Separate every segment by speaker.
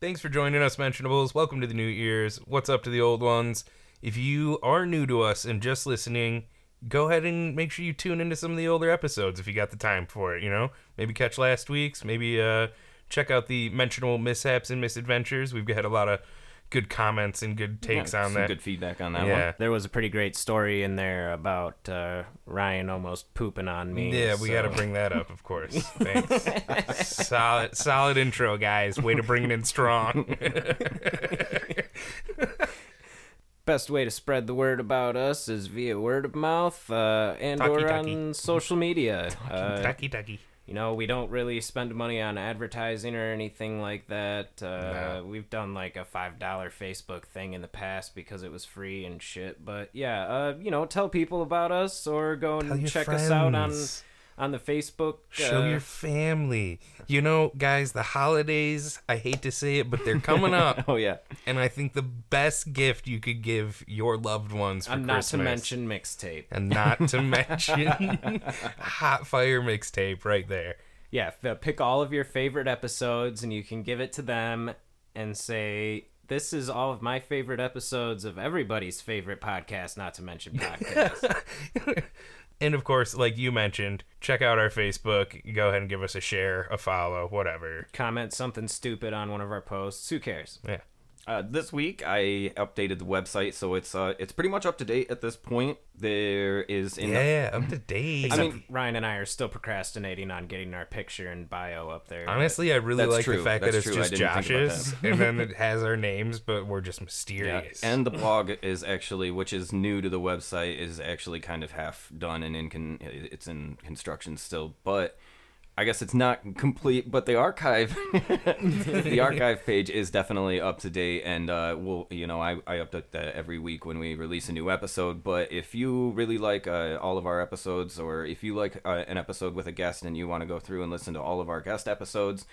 Speaker 1: Thanks for joining us, Mentionables. Welcome to the new ears. What's up to the old ones? If you are new to us and just listening, go ahead and make sure you tune into some of the older episodes if you got the time for it, you know? Maybe catch last week's, maybe uh, check out the mentionable mishaps and misadventures. We've had a lot of good comments and good takes
Speaker 2: Yeah,
Speaker 1: on
Speaker 2: some
Speaker 1: that.
Speaker 2: good feedback on that
Speaker 1: Yeah.
Speaker 2: one.
Speaker 3: There was a pretty great story in there about uh, Ryan almost pooping on me.
Speaker 1: Yeah, we
Speaker 3: so-
Speaker 1: got to bring that up, of course. Thanks. solid, solid intro, guys. Way to bring it in strong.
Speaker 3: Best way to spread the word about us is via word of mouth uh, and
Speaker 1: Talkie,
Speaker 3: or
Speaker 1: talkie.
Speaker 3: on social media. Uh,
Speaker 1: ducky, ducky.
Speaker 3: You know, we don't really spend money on advertising or anything like that. Uh, We've done like a $5 Facebook thing in the past because it was free and shit. But yeah, uh, you know, tell people about us or go
Speaker 1: Tell
Speaker 3: and
Speaker 1: your
Speaker 3: check us out on
Speaker 1: friends.
Speaker 3: on the Facebook.
Speaker 1: Show
Speaker 3: uh,
Speaker 1: your family. You know, guys, the holidays, I hate to say it, but they're coming up.
Speaker 3: Oh, yeah.
Speaker 1: And I think the best gift you could give your loved ones for
Speaker 3: And not to
Speaker 1: Christmas.
Speaker 3: mention mixtape.
Speaker 1: And not to mention Hot Fire mixtape right there.
Speaker 3: Yeah, f- uh, pick all of your favorite episodes and you can give it to them and say, This is all of my favorite episodes of everybody's favorite podcast, not to mention podcast.
Speaker 1: And of course, like you mentioned, check out our Facebook. Go ahead and give us a share, a follow, whatever.
Speaker 3: Comment something stupid on one of our posts. Who cares?
Speaker 1: Yeah.
Speaker 2: Uh, this week I updated the website, so it's uh, it's pretty much up to date at this point. There is in
Speaker 1: Yeah, up to date.
Speaker 2: I mean,
Speaker 3: Ryan and I are still procrastinating on getting our picture and bio up there.
Speaker 1: honestly, I really
Speaker 2: That's
Speaker 1: like the
Speaker 2: true.
Speaker 1: fact that
Speaker 2: That's
Speaker 1: it's
Speaker 2: true. I
Speaker 1: just
Speaker 2: didn't think about
Speaker 1: Josh's and then it has our names, but we're just
Speaker 2: yeah,
Speaker 1: mysterious.
Speaker 2: and the blog is actually, which is new to the website, is actually kind of half done and in con- it's in construction still, but. I guess it's not complete, but the archive, the archive page is definitely up to date, and uh, we'll, you know, I, I update that every week when we release a new episode. But if you really like uh, all of our episodes, or if you like uh, an episode with a guest and you want to go through and listen to all of our guest episodes,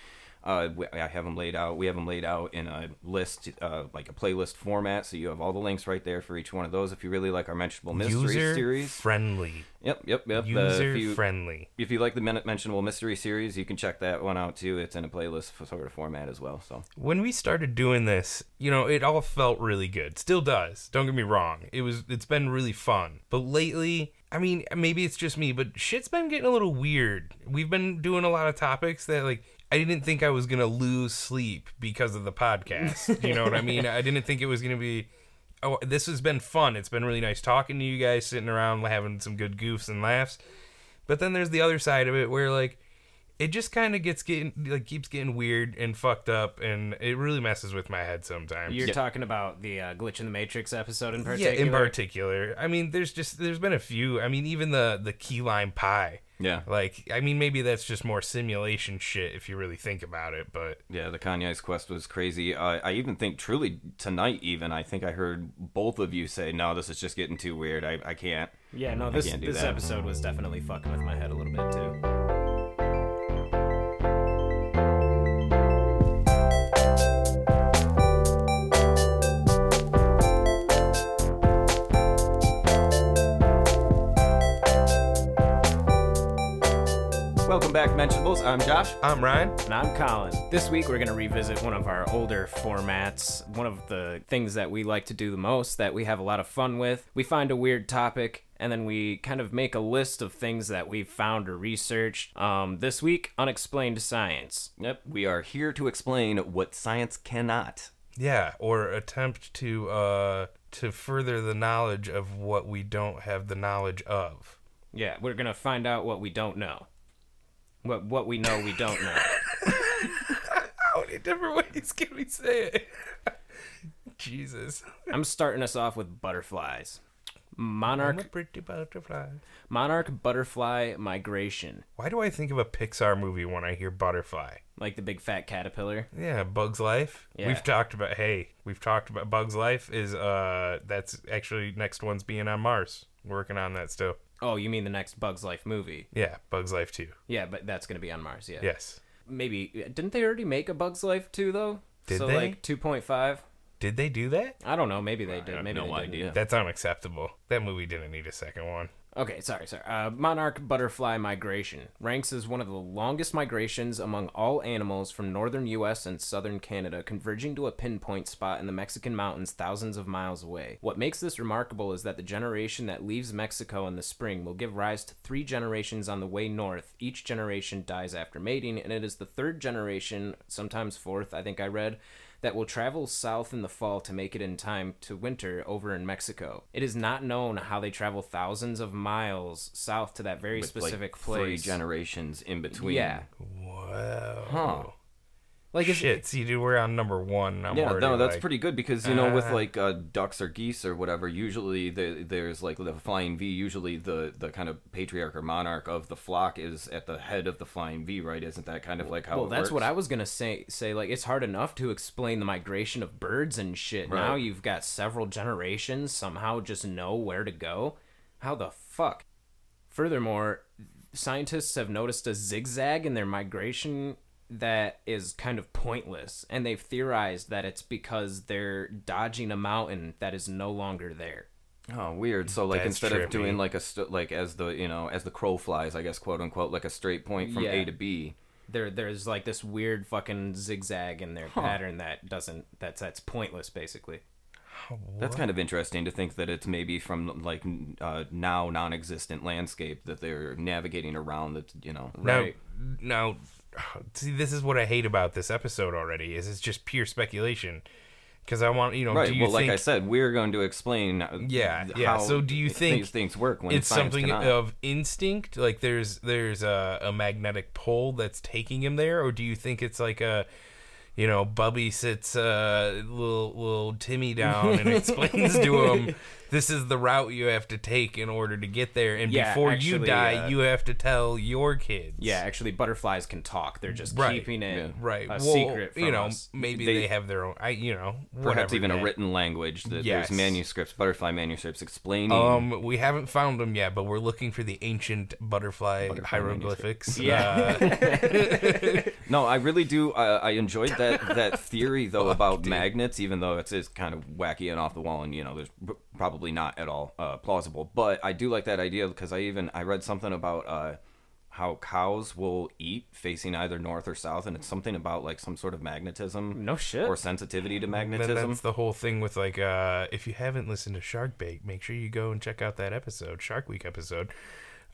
Speaker 2: uh, we, I have them laid out. We have them laid out in a list, uh, like a playlist format, so you have all the links right there for each one of those. If you really like our mentionable mystery
Speaker 1: user
Speaker 2: series,
Speaker 1: friendly.
Speaker 2: yep, yep, yep. uh, if
Speaker 1: User
Speaker 2: you-
Speaker 1: friendly.
Speaker 2: if you like the Men- mentionable mystery series, you can check that one out too. It's in a playlist for sort of format as well. So
Speaker 1: When we started doing this, you know, it all felt really good. Still does. Don't get me wrong. It was it's been really fun. But lately, I mean, maybe it's just me, but shit's been getting a little weird. We've been doing a lot of topics that like I didn't think I was going to lose sleep because of the podcast. You know what I mean? I didn't think it was going to be oh, this has been fun. It's been really nice talking to you guys, sitting around having some good goofs and laughs. But then there's the other side of it where like it just kind of gets getting like keeps getting weird and fucked up, and it really messes with my head sometimes.
Speaker 3: You're talking about the uh, glitch in the matrix episode in
Speaker 1: yeah,
Speaker 3: particular.
Speaker 1: in particular. I mean, there's just there's been a few. I mean, even the the key lime pie.
Speaker 2: yeah,
Speaker 1: Like, I mean, maybe that's just more simulation shit if you really think about it. But
Speaker 2: yeah, the Kanye's quest was crazy. Uh, I even think truly tonight, even I think I heard both of you say, "No, this is just getting too weird. I, I can't."
Speaker 3: yeah, no, this
Speaker 2: can't do
Speaker 3: this
Speaker 2: that.
Speaker 3: episode was definitely fucking with my head a little bit too.
Speaker 2: Welcome back, Mentionables. I'm Josh.
Speaker 1: I'm Ryan.
Speaker 3: And I'm Colin. This week we're going to revisit one of our older formats, one of the things that we like to do the most that we have a lot of fun with. We find a weird topic and then we kind of make a list of things that we've found or researched. Um, this week, unexplained science.
Speaker 2: Yep, we are here to explain what science cannot.
Speaker 1: Yeah, or attempt to uh to further the knowledge of what we don't have the knowledge of.
Speaker 3: Yeah, we're going to find out what we don't know. What what we know we don't know.
Speaker 1: How many different ways can we say it? Jesus.
Speaker 3: I'm starting us off with butterflies. Monarch
Speaker 1: pretty butterfly.
Speaker 3: monarch butterfly migration,
Speaker 1: Why do I think of a Pixar movie when I hear butterfly?
Speaker 3: like the big fat caterpillar.
Speaker 1: Yeah, Bugs Life.
Speaker 3: Yeah.
Speaker 1: We've talked about hey, we've talked about Bugs Life is uh that's actually next one's being on Mars. We're working on that still.
Speaker 3: Oh, you mean the next Bugs Life movie?
Speaker 1: Yeah, Bugs Life too.
Speaker 3: Yeah, but that's going to be on Mars, yeah.
Speaker 1: Yes.
Speaker 3: Maybe didn't they already make a Bugs Life 2 though?
Speaker 1: Did
Speaker 3: so
Speaker 1: they?
Speaker 3: like 2.5?
Speaker 1: Did they do that?
Speaker 3: I don't know, maybe they did,
Speaker 2: I have
Speaker 3: maybe
Speaker 2: no
Speaker 3: they didn't.
Speaker 2: idea.
Speaker 1: That's unacceptable. That movie didn't need a second one.
Speaker 3: Okay, sorry, sorry. Uh, monarch butterfly migration ranks as one of the longest migrations among all animals from northern U.S. and southern Canada, converging to a pinpoint spot in the Mexican mountains thousands of miles away. What makes this remarkable is that the generation that leaves Mexico in the spring will give rise to three generations on the way north. Each generation dies after mating, and it is the third generation, sometimes fourth, I think I read, that will travel south in the fall to make it in time to winter over in Mexico. It is not known how they travel thousands of miles south to that very
Speaker 2: With, like,
Speaker 3: specific
Speaker 2: Three
Speaker 3: place.
Speaker 2: generations in between.
Speaker 3: yeah,
Speaker 1: Wow.
Speaker 2: Huh.
Speaker 3: like it's,
Speaker 1: Shit, see, dude, we're on number one. I'm
Speaker 2: Yeah,
Speaker 1: already
Speaker 2: no, that's
Speaker 1: like,
Speaker 2: pretty good because you know, with
Speaker 1: uh,
Speaker 2: like uh, ducks or geese or whatever, usually the, there's like the flying V. Usually, the the kind of patriarch or monarch of the flock is at the head of the flying V, right? Isn't that kind of like how?
Speaker 3: well,
Speaker 2: it
Speaker 3: that's what I
Speaker 2: works?
Speaker 3: was gonna say. Say like it's hard enough to explain the migration of birds and shit. Now
Speaker 2: Right.
Speaker 3: you've got several generations somehow just know where to go. How the fuck? Furthermore, scientists have noticed a zigzag in their migration that is kind of pointless, and they've theorized that it's because they're dodging a mountain that is no longer there.
Speaker 2: Oh, weird. So like
Speaker 1: That's
Speaker 2: instead of
Speaker 1: trippy.
Speaker 2: doing like a st- like as the you know as the crow flies, I guess quote unquote like a straight point from
Speaker 3: Yeah.
Speaker 2: A to B.
Speaker 3: There, there's like this weird fucking zigzag in their pattern that doesn't that's that's pointless basically.
Speaker 2: That's kind of interesting to think that it's maybe from like n- uh, now non-existent landscape that they're navigating around. That you know.
Speaker 1: Now,
Speaker 3: Right.
Speaker 1: now, see, this is what I hate about this episode already. Is it's just pure speculation? Because I want you know, do
Speaker 2: Right.
Speaker 1: you
Speaker 2: Well, like
Speaker 1: think
Speaker 2: I said, we're going to explain. uh,
Speaker 1: Yeah,
Speaker 2: th-
Speaker 1: yeah.
Speaker 2: how
Speaker 1: So do you
Speaker 2: these
Speaker 1: think
Speaker 2: things work when
Speaker 1: it's
Speaker 2: science
Speaker 1: something uh,
Speaker 2: cannot?
Speaker 1: of instinct? Like there's there's a, a magnetic pole that's taking him there, or do you think it's like a you know, Bubby sits uh, little little Timmy down and explains to him this is the route you have to take in order to get there, and
Speaker 3: Yeah,
Speaker 1: before you
Speaker 3: actually,
Speaker 1: die,
Speaker 3: uh,
Speaker 1: you have to tell your kids.
Speaker 3: Yeah, actually, butterflies can talk. They're just
Speaker 1: Right,
Speaker 3: keeping it
Speaker 2: yeah.
Speaker 1: right.
Speaker 3: a
Speaker 1: well,
Speaker 3: secret from
Speaker 1: you know,
Speaker 3: us.
Speaker 1: maybe they,
Speaker 2: They-
Speaker 1: have their own. I you know,
Speaker 2: Perhaps
Speaker 1: whatever,
Speaker 2: even a
Speaker 1: man.
Speaker 2: written language. That
Speaker 1: Yes.
Speaker 2: There's manuscripts, butterfly manuscripts explaining.
Speaker 1: Um, we haven't found them yet, but we're looking for the ancient butterfly,
Speaker 2: Butterfly
Speaker 1: hieroglyphics.
Speaker 3: Yeah.
Speaker 1: Uh,
Speaker 2: no, I really do. I, I enjoyed that that theory though about magnets, even though it's, it's kind of wacky and off the wall, and you know, there's p- probably not at all uh, plausible. But I do like that idea because I even I read something about uh, how cows will eat facing either north or south, and it's something about like some sort of magnetism.
Speaker 3: No shit.
Speaker 2: Or sensitivity to
Speaker 1: That-
Speaker 2: magnetism.
Speaker 1: that's the whole thing with like uh if you haven't listened to Shark Bait, make sure you go and check out that episode, Shark Week episode.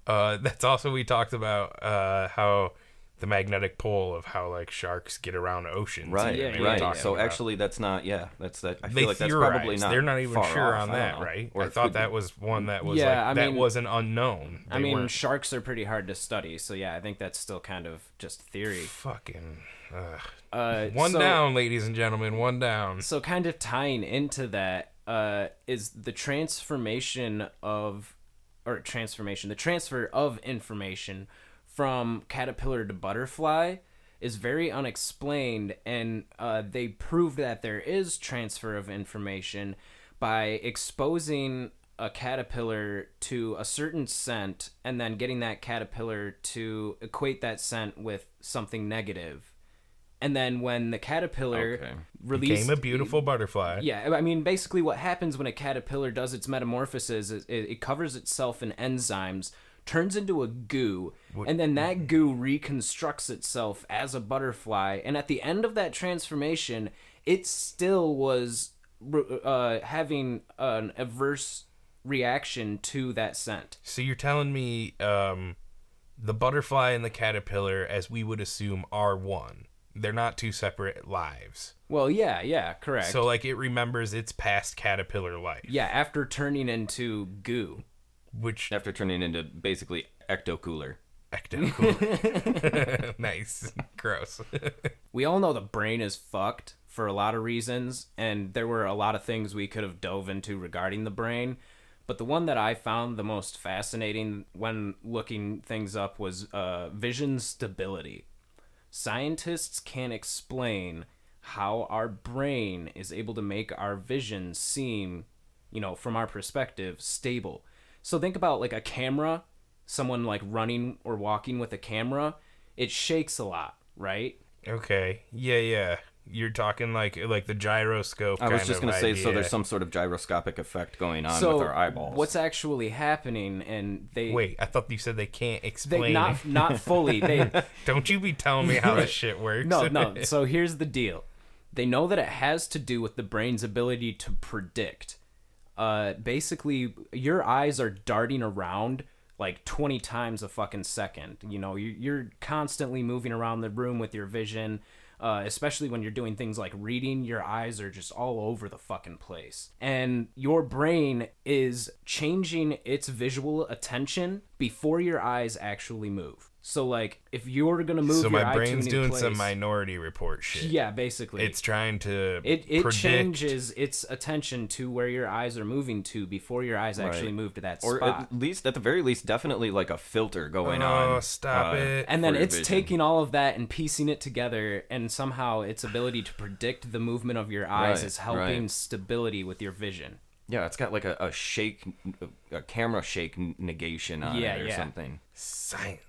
Speaker 1: Uh that's also we talked about uh how the magnetic pole of how like sharks get around oceans.
Speaker 2: Right,
Speaker 3: Yeah, yeah,
Speaker 2: right.
Speaker 3: yeah.
Speaker 2: So actually, that's not. Yeah, that's that. I
Speaker 1: they
Speaker 2: feel like that's probably
Speaker 1: theorized.
Speaker 2: not.
Speaker 1: They're not even
Speaker 2: far
Speaker 1: sure
Speaker 2: off.
Speaker 1: on
Speaker 2: I don't
Speaker 1: that,
Speaker 2: know.
Speaker 1: right?
Speaker 2: Or
Speaker 1: I
Speaker 2: it
Speaker 1: thought
Speaker 2: could
Speaker 1: that
Speaker 2: be-
Speaker 1: was one that was
Speaker 3: Yeah,
Speaker 1: like
Speaker 3: I
Speaker 1: that
Speaker 3: mean-
Speaker 1: was an unknown.
Speaker 3: I
Speaker 1: They
Speaker 3: mean,
Speaker 1: weren't
Speaker 3: sharks are pretty hard to study, so yeah, I think that's still kind of just theory.
Speaker 1: fucking ugh.
Speaker 3: Uh,
Speaker 1: one
Speaker 3: so-
Speaker 1: down, ladies and gentlemen, one down.
Speaker 3: So, kind of tying into that uh, is the transformation of, or transformation, the transfer of information from caterpillar to butterfly is very unexplained, and uh, they proved that there is transfer of information by exposing a caterpillar to a certain scent and then getting that caterpillar to equate that scent with something negative. And then when the caterpillar
Speaker 2: Okay.
Speaker 3: released
Speaker 1: Became a beautiful butterfly.
Speaker 3: yeah, I mean, basically, what happens when a caterpillar does its metamorphosis is it, it covers itself in enzymes, turns into a goo, and then that goo reconstructs itself as a butterfly. And at the end of that transformation, it still was re- uh, having an adverse reaction to that scent.
Speaker 1: So you're telling me um, the butterfly and the caterpillar, as we would assume, are one. They're not two separate lives.
Speaker 3: Well, yeah, yeah, correct.
Speaker 1: So like it remembers its past caterpillar life,
Speaker 3: yeah, after turning into goo.
Speaker 1: which
Speaker 2: After turning into basically ecto cooler.
Speaker 1: ecto cool. nice, gross.
Speaker 3: we all know the brain is fucked for a lot of reasons, and there were a lot of things we could have dove into regarding the brain. But the one that I found the most fascinating when looking things up was uh, vision stability. Scientists can't explain how our brain is able to make our vision seem, you know, from our perspective, stable. So think about like a camera, someone like running or walking with a camera, it shakes a lot, right?
Speaker 1: okay, yeah, yeah, You're talking like like the gyroscope.
Speaker 2: I was
Speaker 1: kind
Speaker 2: just
Speaker 1: of
Speaker 2: gonna say, so
Speaker 1: idea.
Speaker 2: there's some sort of gyroscopic effect going on
Speaker 3: so
Speaker 2: with our eyeballs.
Speaker 3: what's actually happening? And they
Speaker 1: Wait, I thought you said they can't
Speaker 3: they
Speaker 1: explain.
Speaker 3: not not fully they
Speaker 1: Don't you be telling me how this shit works.
Speaker 3: no no. So here's the deal: they know that it has to do with the brain's ability to predict. Uh, basically, your eyes are darting around like 20 times a fucking second. You know, you- you're constantly moving around the room with your vision. Uh, especially when you're doing things like reading, your eyes are just all over the fucking place. And your brain is changing its visual attention before your eyes actually move. So, like, if you're gonna move,
Speaker 1: so
Speaker 3: your
Speaker 1: my
Speaker 3: eye to a
Speaker 1: brain's
Speaker 3: new
Speaker 1: doing
Speaker 3: place,
Speaker 1: some minority report shit.
Speaker 3: Yeah, basically,
Speaker 1: It's trying to
Speaker 3: it, it
Speaker 1: predict.
Speaker 3: changes its attention to where your eyes are moving to before your eyes actually
Speaker 2: Right.
Speaker 3: move to that
Speaker 2: or
Speaker 3: spot.
Speaker 2: at least, at the very least, definitely like a filter going on.
Speaker 1: Oh, stop
Speaker 2: uh,
Speaker 1: it.
Speaker 3: and then
Speaker 2: for your
Speaker 3: it's
Speaker 2: vision.
Speaker 3: taking all of that and piecing it together, and somehow its ability to predict the movement of your eyes
Speaker 2: Right,
Speaker 3: is helping
Speaker 2: right.
Speaker 3: stability with your vision.
Speaker 2: Yeah, it's got like a, a shake, a camera shake n- negation on
Speaker 3: Yeah,
Speaker 2: it or
Speaker 3: yeah.
Speaker 2: something.
Speaker 1: Science.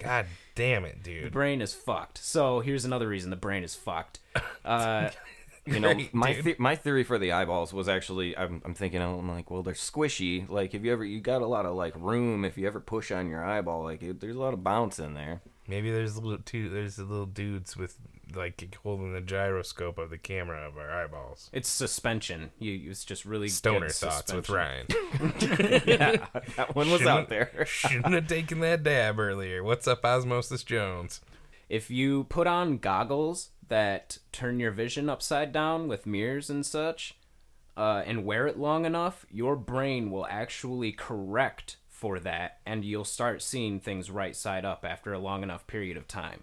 Speaker 1: God damn it,
Speaker 3: The
Speaker 1: dude.
Speaker 3: brain is fucked. So here's another reason the brain is fucked. Uh,
Speaker 2: You know,
Speaker 1: Great,
Speaker 2: my
Speaker 1: dude.
Speaker 2: the- my theory for the eyeballs was actually I'm, I'm thinking I'm like, well, they're squishy. Like, if you ever you got a lot of like room, if you ever push on your eyeball, like it, there's a lot of bounce in there.
Speaker 1: Maybe there's little two. There's the little dudes with like holding the gyroscope of the camera of our eyeballs.
Speaker 3: it's suspension. You, it's just really
Speaker 1: Stoner
Speaker 3: good
Speaker 1: thoughts with
Speaker 3: suspension.
Speaker 1: Ryan.
Speaker 2: That one was out there.
Speaker 1: Shouldn't have taken that dab earlier. What's up, Osmosis Jones?
Speaker 3: if you put on goggles that turn your vision upside down with mirrors and such uh, and wear it long enough your brain will actually correct for that and you'll start seeing things right side up after a long enough period of time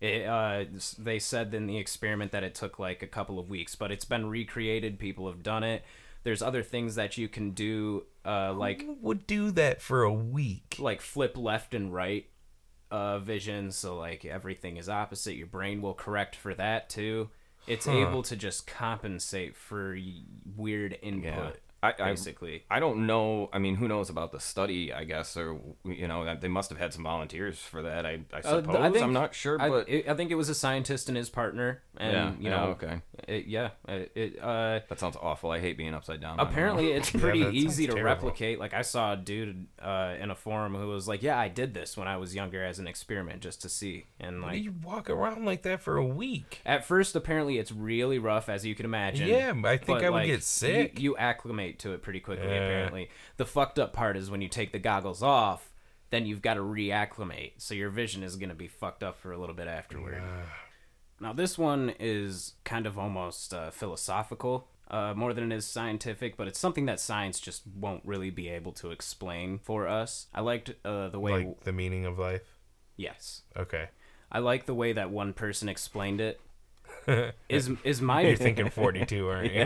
Speaker 3: it, uh, s- they said in the experiment that it took like a couple of weeks but it's been recreated people have done it there's other things that you can do uh, like
Speaker 1: Who Would do that for a week.
Speaker 3: like flip left and right uh vision so like everything is opposite your brain will correct for that too it's able to just compensate for y- weird input
Speaker 2: I, I
Speaker 3: basically
Speaker 2: I don't know. I mean, who knows about the study? I guess, or you know, they must have had some volunteers for that. I, I
Speaker 3: Uh,
Speaker 2: suppose.
Speaker 3: th- I think-
Speaker 2: I'm not sure,
Speaker 3: I,
Speaker 2: but
Speaker 3: it- I think it was a scientist and his partner and
Speaker 2: Yeah,
Speaker 3: you
Speaker 2: yeah,
Speaker 3: know
Speaker 2: okay.
Speaker 3: it, yeah it, it, uh
Speaker 2: that sounds awful. I hate being upside down. I don't know.
Speaker 3: apparently it's pretty
Speaker 1: that sounds
Speaker 3: easy to
Speaker 1: terrible.
Speaker 3: replicate like i saw a dude uh, in a forum who was like yeah i did this when i was younger as an experiment just to see and like
Speaker 1: you walk around like that for a week.
Speaker 3: At first, apparently, it's really rough, as you can imagine.
Speaker 1: Yeah, I think I would get
Speaker 3: you-
Speaker 1: sick.
Speaker 3: You, acclimate to it pretty quickly, apparently. The fucked up part is when you take the goggles off, then you've got to reacclimate. So your vision is going to be fucked up for a little bit afterward. Now, this one is kind of almost uh, philosophical. Uh, more than it is scientific, but it's something that science just won't really be able to explain for us. I liked uh, the way.
Speaker 1: Like the meaning of life.
Speaker 3: yes.
Speaker 1: Okay.
Speaker 3: I like the way that one person explained it. is is my
Speaker 1: You're thinking 42, aren't you?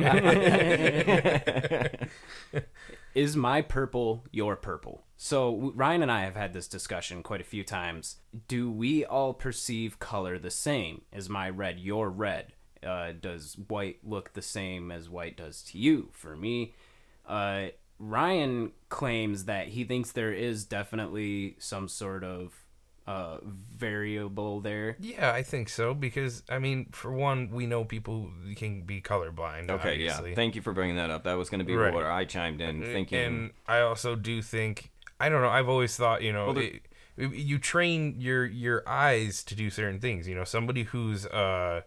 Speaker 3: is my purple your purple? So w- Ryan and I have had this discussion quite a few times. Do we all perceive color the same? Is my red your red? Uh, does white look the same as white does to you? For me, uh, Ryan claims that he thinks there is definitely some sort of uh, variable there.
Speaker 1: Yeah, I think so because I mean, for one, we know people who can be colorblind.
Speaker 2: Okay,
Speaker 1: obviously.
Speaker 2: yeah. Thank you for bringing that up. That was going to be
Speaker 1: Right.
Speaker 2: what I chimed in
Speaker 3: Uh,
Speaker 2: thinking.
Speaker 1: And I also do think I don't know. I've always thought you know
Speaker 2: there-
Speaker 1: it- you train your your eyes to do certain things. You know, somebody who's uh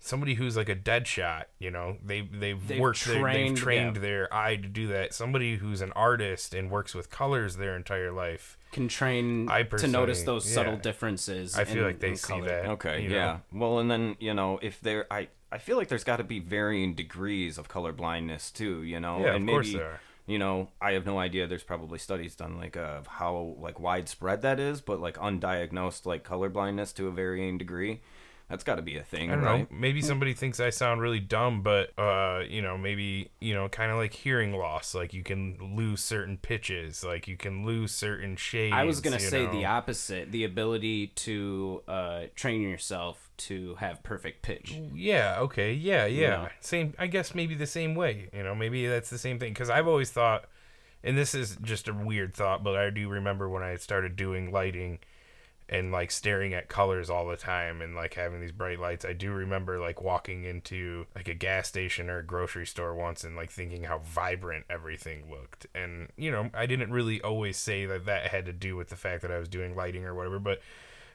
Speaker 1: somebody who's like a dead shot. You know, they they've,
Speaker 3: They've
Speaker 1: worked their, they've
Speaker 3: trained-
Speaker 1: trained
Speaker 3: yeah.
Speaker 1: their eye to do that. Somebody who's an artist and works with colors their entire life.
Speaker 3: Can train
Speaker 1: I
Speaker 3: to notice
Speaker 1: personally-
Speaker 3: those subtle
Speaker 1: yeah.
Speaker 3: differences.
Speaker 1: I feel
Speaker 3: in-
Speaker 1: like they
Speaker 3: in
Speaker 1: see
Speaker 3: color.
Speaker 1: that.
Speaker 2: Okay,
Speaker 1: you know?
Speaker 2: yeah. Well, and then you know, if there, I I feel like there's got to be varying degrees of color blindness too. You know,
Speaker 1: Yeah,
Speaker 2: and
Speaker 1: of course
Speaker 2: maybe,
Speaker 1: there are.
Speaker 2: You know, I have no idea. There's probably studies done like of how like widespread that is, but like undiagnosed like color blindness to a varying degree, that's got to be a thing,
Speaker 1: I don't
Speaker 2: right?
Speaker 1: know. Maybe somebody thinks I sound really dumb, but uh, you know, maybe you know, kind of like hearing loss. Like you can lose certain pitches, like you can lose certain shades.
Speaker 3: I was gonna
Speaker 1: you
Speaker 3: say the
Speaker 1: know.
Speaker 3: opposite: the ability to uh, train yourself to have perfect pitch.
Speaker 1: Yeah. Okay. Yeah. Yeah.
Speaker 3: know.
Speaker 1: Same. I guess maybe the same way. You know, maybe that's the same thing. Because I've always thought, and this is just a weird thought, but I do remember when I started doing lighting, and like staring at colors all the time and like having these bright lights. I do remember like walking into like a gas station or a grocery store once and like thinking how vibrant everything looked. And you know, I didn't really always say that that had to do with the fact that I was doing lighting or whatever, but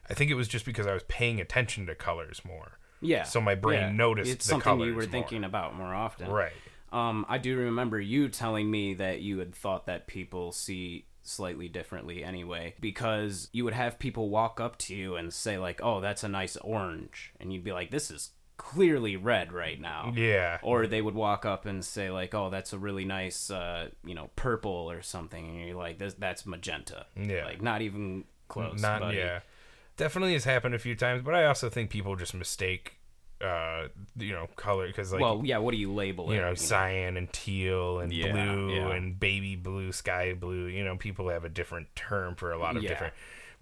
Speaker 1: I think it was just because I was paying attention to colors more.
Speaker 3: Yeah.
Speaker 1: So my brain
Speaker 3: yeah.
Speaker 1: noticed
Speaker 3: It's
Speaker 1: the
Speaker 3: something
Speaker 1: colors
Speaker 3: you were
Speaker 1: more.
Speaker 3: thinking about more often.
Speaker 1: Right.
Speaker 3: Um, I do remember you telling me that you had thought that people see slightly differently anyway because you would have people walk up to you and say like, "Oh, that's a nice orange." And you'd be like, "This is clearly red right now."
Speaker 1: Yeah.
Speaker 3: Or they would walk up and say like, "Oh, that's a really nice uh, you know, purple or something." And you're like, "This that's magenta."
Speaker 1: Yeah.
Speaker 3: Like not even close.
Speaker 1: Not
Speaker 3: buddy.
Speaker 1: yeah. Definitely has happened a few times, but I also think people just mistake uh you know color because like
Speaker 3: well, yeah, what do you label it?
Speaker 1: you know cyan and teal and
Speaker 2: Yeah,
Speaker 1: blue
Speaker 2: yeah.
Speaker 1: and baby blue sky blue you know people have a different term for a lot of
Speaker 3: Yeah.
Speaker 1: different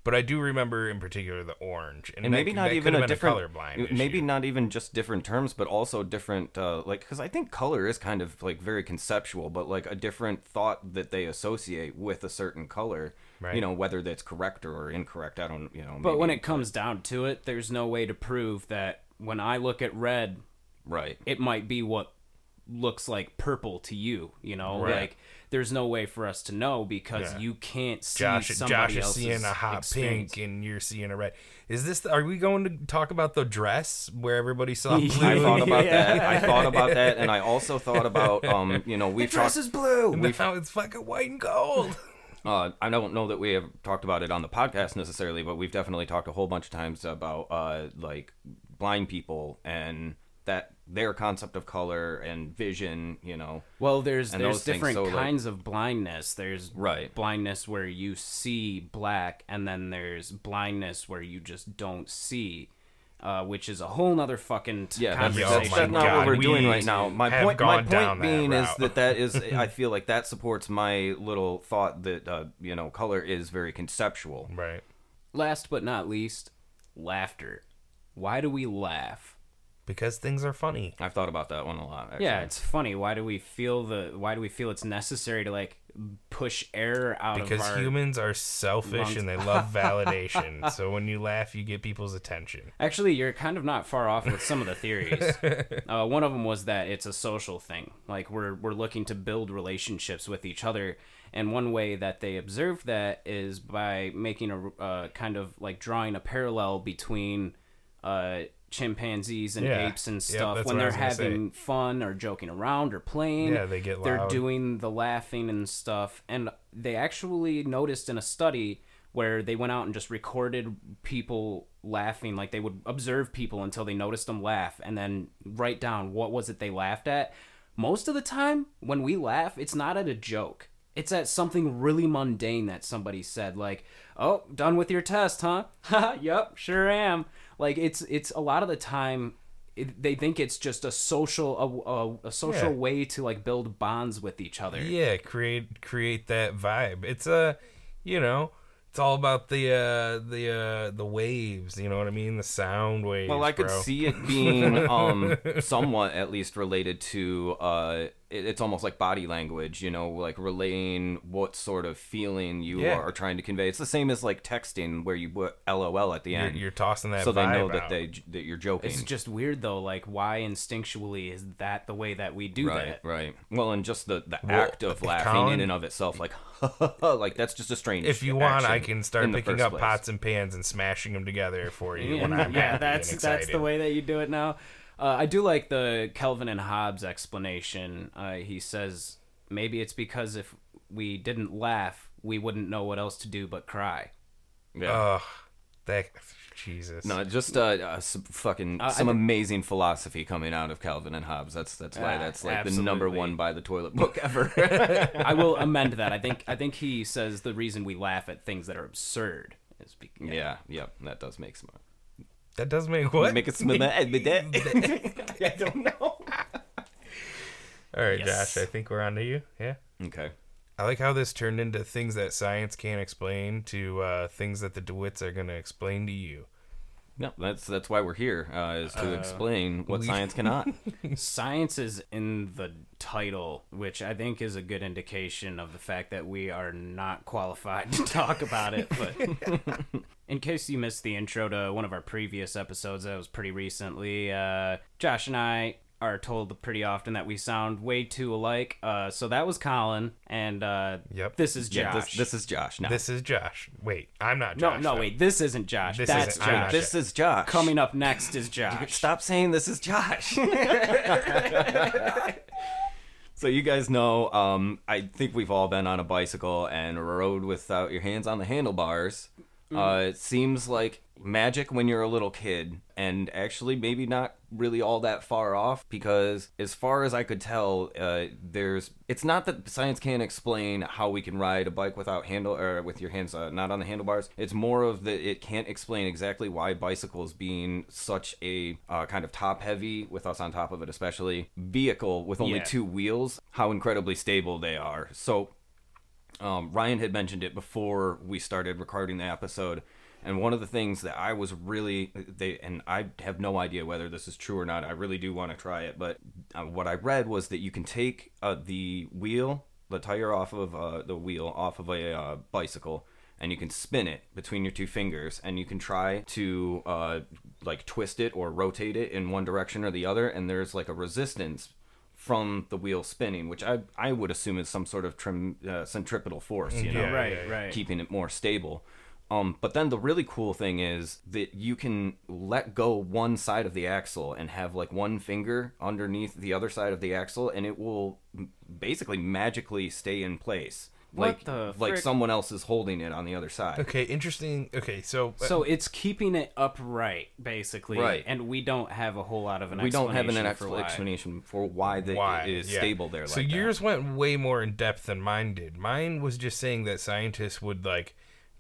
Speaker 1: but i do remember in particular the orange and,
Speaker 2: and
Speaker 1: that
Speaker 2: maybe
Speaker 1: c-
Speaker 2: not
Speaker 1: that
Speaker 2: even
Speaker 1: could've been
Speaker 2: a different
Speaker 1: colorblind
Speaker 2: m- maybe
Speaker 1: issue.
Speaker 2: not even just different terms but also different uh, like because i think color is kind of like very conceptual but like a different thought that they associate with a certain color
Speaker 1: Right.
Speaker 2: you know whether that's correct or incorrect i don't you know
Speaker 3: But when
Speaker 2: maybe-
Speaker 3: it comes down to it, there's no way to prove that when I look at red,
Speaker 2: right
Speaker 3: it might be what looks like purple to you. You know,
Speaker 1: Right.
Speaker 3: like there's no way for us to know because
Speaker 1: Yeah.
Speaker 3: you can't see
Speaker 1: josh
Speaker 3: somebody
Speaker 1: josh is
Speaker 3: else's
Speaker 1: seeing a hot
Speaker 3: experience.
Speaker 1: pink and you're seeing a red is this the, are we going to talk about the dress where everybody saw blue
Speaker 2: I thought about that. I thought about that, and I also thought about, um, you know, we've
Speaker 3: Dress
Speaker 2: talked.
Speaker 3: is blue.
Speaker 1: and now it's fucking white and gold
Speaker 2: Uh, I don't know that we have talked about it on the podcast necessarily, but we've definitely talked a whole bunch of times about uh, like blind people and that their concept of color and vision. You know,
Speaker 3: Well, there's
Speaker 2: And
Speaker 3: there's
Speaker 2: those things,
Speaker 3: different
Speaker 2: so, like-
Speaker 3: kinds of blindness. There's
Speaker 2: Right.
Speaker 3: blindness where you see black, and then there's blindness where you just don't see, uh, which is a whole nother fucking t-
Speaker 2: yeah, that's,
Speaker 1: Conversation.
Speaker 2: that's,
Speaker 1: Oh my
Speaker 2: not
Speaker 1: God,
Speaker 2: what we're
Speaker 1: we
Speaker 2: doing right now. My
Speaker 1: have
Speaker 2: point,
Speaker 1: gone
Speaker 2: my
Speaker 1: down
Speaker 2: point
Speaker 1: that
Speaker 2: being is
Speaker 1: route.
Speaker 2: that that is. I feel like that supports my little thought that uh, you know, color is very conceptual.
Speaker 1: right
Speaker 3: Last but not least, laughter. Why do we laugh?
Speaker 1: because things are funny
Speaker 2: I've thought about that one a lot. Actually.
Speaker 3: Yeah, it's funny. Why do we feel the? Why do we feel it's necessary to like push air out
Speaker 1: because
Speaker 3: of our?
Speaker 1: humans are selfish
Speaker 3: lungs.
Speaker 1: and they love validation so when you laugh you get people's attention
Speaker 3: Actually, you're kind of not far off with some of the theories. uh, one of them was that it's a social thing. Like we're we're looking to build relationships with each other, and one way that they observed that is by making a uh, kind of like drawing a parallel between uh, chimpanzees and
Speaker 1: Yeah.
Speaker 3: apes and
Speaker 1: Yep,
Speaker 3: stuff
Speaker 1: that's
Speaker 3: when
Speaker 1: what I
Speaker 3: they're
Speaker 1: was gonna say.
Speaker 3: having fun or joking around or playing.
Speaker 1: Yeah, they get
Speaker 3: They're
Speaker 1: loud.
Speaker 3: doing the laughing and stuff, and they actually noticed in a study where they went out and just recorded people laughing. Like they would observe people until they noticed them laugh, and then write down what was it they laughed at. Most of the time, when we laugh, it's not at a joke. It's at something really mundane that somebody said, like, "Oh, done with your test, huh?" Haha, yep, sure am. Like it's it's a lot of the time it, they think it's just a social a, a, a social
Speaker 1: Yeah.
Speaker 3: way to like build bonds with each other.
Speaker 1: yeah create create that vibe it's uh, you know it's all about the uh the uh the waves you know what i mean the sound waves
Speaker 2: Well, I could
Speaker 1: bro.
Speaker 2: see it being um, somewhat at least related to uh, it, it's almost like body language, you know, like relaying what sort of feeling you
Speaker 1: Yeah.
Speaker 2: are trying to convey. It's the same as like texting where you put LOL at the
Speaker 1: you're,
Speaker 2: end,
Speaker 1: you're tossing that
Speaker 2: so they
Speaker 1: vibe
Speaker 2: know that
Speaker 1: out.
Speaker 2: they that you're joking.
Speaker 3: It's just weird though, like why instinctually is that the way that we do
Speaker 2: Right,
Speaker 3: that?
Speaker 2: right. Well, and just the, the
Speaker 1: Well, uh,
Speaker 2: act of laughing
Speaker 1: Colin-
Speaker 2: in and of itself, like, like that's just a strange.
Speaker 1: if you want i
Speaker 2: action
Speaker 1: can start
Speaker 2: in the
Speaker 1: picking
Speaker 2: first
Speaker 1: up
Speaker 2: place.
Speaker 1: pots and pans and smashing them together for you when
Speaker 3: Yeah,
Speaker 1: i'm happy
Speaker 3: yeah,
Speaker 1: and
Speaker 3: that's that's the
Speaker 1: excited.
Speaker 3: way that you do it now. Uh, I do like the Kelvin and Hobbes explanation. Uh, he says maybe it's because if we didn't laugh, we wouldn't know what else to do but cry.
Speaker 2: Yeah.
Speaker 1: Ugh, that jesus
Speaker 2: No, just uh, uh some fucking
Speaker 3: I
Speaker 2: some amazing philosophy coming out of Calvin and Hobbes. That's that's why
Speaker 3: Ah,
Speaker 2: that's like the number
Speaker 3: absolutely.
Speaker 2: one by the toilet book ever.
Speaker 3: I will amend that. I think I think he says the reason we laugh at things that are absurd is because
Speaker 2: yeah, yep, that does make some.
Speaker 1: that does make what
Speaker 2: Make it smell that.
Speaker 3: I don't know.
Speaker 1: all right
Speaker 3: Yes.
Speaker 1: josh i think we're on to you yeah
Speaker 2: Okay.
Speaker 1: I like how this turned into things that science can't explain to uh, things that the DeWitts are going to explain to you.
Speaker 2: No, that's that's why we're here uh, is to explain what science cannot.
Speaker 3: Science is in the title, which I think is a good indication of the fact that we are not qualified to talk about it. But in case you missed the intro to one of our previous episodes that was pretty recently, uh, Josh and I are told pretty often that we sound way too alike. Uh, so that was Colin, and uh,
Speaker 1: Yep.
Speaker 3: this is Josh.
Speaker 2: Yeah, this, this is Josh now.
Speaker 1: This is Josh. Wait, I'm not
Speaker 3: no,
Speaker 1: Josh.
Speaker 3: no,
Speaker 1: though.
Speaker 3: wait, this isn't Josh.
Speaker 1: This
Speaker 3: That's
Speaker 1: isn't- I'm
Speaker 3: Josh.
Speaker 1: not
Speaker 2: this is Josh.
Speaker 3: Coming up next is Josh.
Speaker 2: Stop saying this is Josh. so you guys know, um, I think we've all been on a bicycle and rode without your hands on the handlebars. Uh, it seems like magic when you're a little kid, and actually maybe not really all that far off because, as far as I could tell, uh, there's. It's not that science can't explain how we can ride a bike without handle or with your hands uh, not on the handlebars. It's more of that it can't explain exactly why bicycles being such a uh, kind of top heavy with us on top of it, especially vehicle with only
Speaker 3: Yeah.
Speaker 2: two wheels, how incredibly stable they are. So um, Ryan had mentioned it before we started recording the episode, and one of the things that I was really they and I have no idea whether this is true or not. I really do want to try it, but uh, what I read was that you can take uh, the wheel, the tire off of uh, the wheel off of a uh, bicycle, and you can spin it between your two fingers and you can try to uh, like twist it or rotate it in one direction or the other and there's like a resistance from the wheel spinning which i, I would assume is some sort of trim, uh, centripetal force you know
Speaker 1: Yeah,
Speaker 3: Mm, right,
Speaker 1: yeah, yeah.
Speaker 3: right.
Speaker 2: keeping it more stable um, but then the really cool thing is that you can let go one side of the axle and have like one finger underneath the other side of the axle and it will m- basically magically stay in place
Speaker 3: What
Speaker 2: like
Speaker 3: the
Speaker 2: like
Speaker 3: frick?
Speaker 2: someone else is holding it on the other side
Speaker 1: Okay, interesting. Okay, so, uh,
Speaker 3: So it's keeping it upright, basically.
Speaker 2: Right.
Speaker 3: And we don't have a whole lot of an
Speaker 2: we don't have an
Speaker 3: explanation for
Speaker 2: expl-
Speaker 3: why.
Speaker 2: explanation for why that
Speaker 1: why
Speaker 2: it is
Speaker 1: Yeah.
Speaker 2: stable there.
Speaker 1: So
Speaker 2: like that.
Speaker 1: yours went way more in depth than mine did. Mine was just saying that scientists would like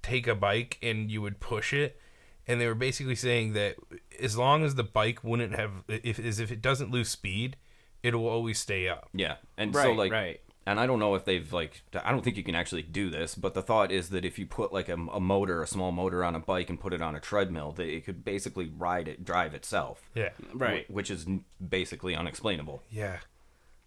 Speaker 1: take a bike and you would push it, and they were basically saying that as long as the bike wouldn't have if as if it doesn't lose speed, it will always stay up.
Speaker 2: yeah, and so
Speaker 3: Right,
Speaker 2: like,
Speaker 3: right.
Speaker 2: and I don't know if they've like, I don't think you can actually do this, but the thought is that if you put like a, a motor, a small motor on a bike and put it on a treadmill, that it could basically ride it, drive itself,
Speaker 1: Yeah.
Speaker 3: Right.
Speaker 2: wh- which is n- basically unexplainable.
Speaker 1: Yeah.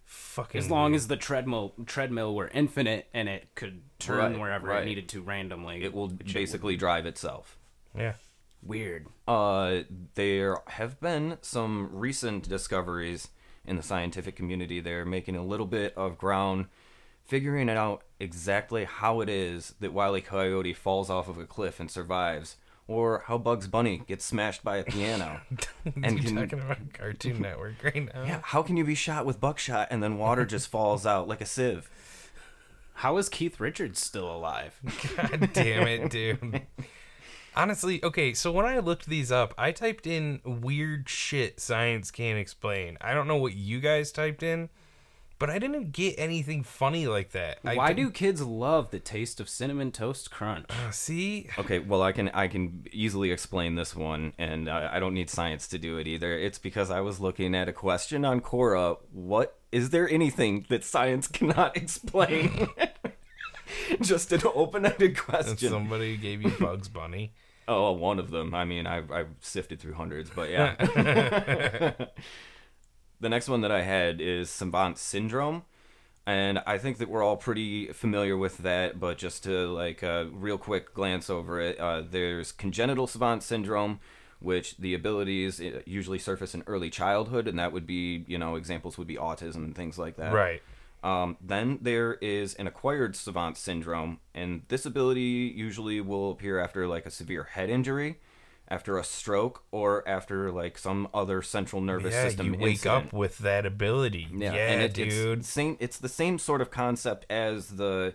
Speaker 1: Fucking.
Speaker 3: As long as the treadmill treadmill were infinite and it could turn
Speaker 2: Right,
Speaker 3: wherever it
Speaker 2: right.
Speaker 3: needed to randomly.
Speaker 2: It will basically drive itself.
Speaker 1: Yeah.
Speaker 3: weird.
Speaker 2: Uh, there have been some recent discoveries in the scientific community. They're making a little bit of ground figuring it out exactly how it is that Wile E. Coyote falls off of a cliff and survives, or how Bugs Bunny gets smashed by a piano.
Speaker 1: And
Speaker 2: and
Speaker 1: you
Speaker 2: can,
Speaker 1: talking about Cartoon Network right now?
Speaker 2: yeah, how can you be shot with buckshot and then water just falls out like a sieve?
Speaker 3: How is Keith Richards still alive?
Speaker 1: God damn it, dude. Honestly, okay, so when I looked these up, I typed in weird shit science can't explain. I don't know what you guys typed in, but I didn't get anything funny like that. I
Speaker 3: Why
Speaker 1: didn't-
Speaker 3: do kids love the taste of cinnamon toast crunch?
Speaker 1: see?
Speaker 2: Okay, well, I can I can easily explain this one, and I, I don't need science to do it either. It's because I was looking at a question on Quora. What is there anything that science cannot explain? Just an open-ended question.
Speaker 1: Somebody gave you Bugs Bunny.
Speaker 2: Oh, one of them. I mean, I I sifted through hundreds, but yeah. the next one that I had is Savant syndrome, and I think that we're all pretty familiar with that. But just to like a real quick glance over it, uh, there's congenital Savant syndrome, which the abilities uh, usually surface in early childhood, and that would be you know examples would be autism and things like that.
Speaker 1: Right.
Speaker 2: Um, then there is an acquired savant syndrome, and this ability usually will appear after like a severe head injury, after a stroke, or after like some other central nervous
Speaker 1: Yeah,
Speaker 2: system
Speaker 1: you wake
Speaker 2: incident.
Speaker 1: up with that ability. Yeah,
Speaker 2: and it,
Speaker 1: dude.
Speaker 2: It's same. It's the same sort of concept as the,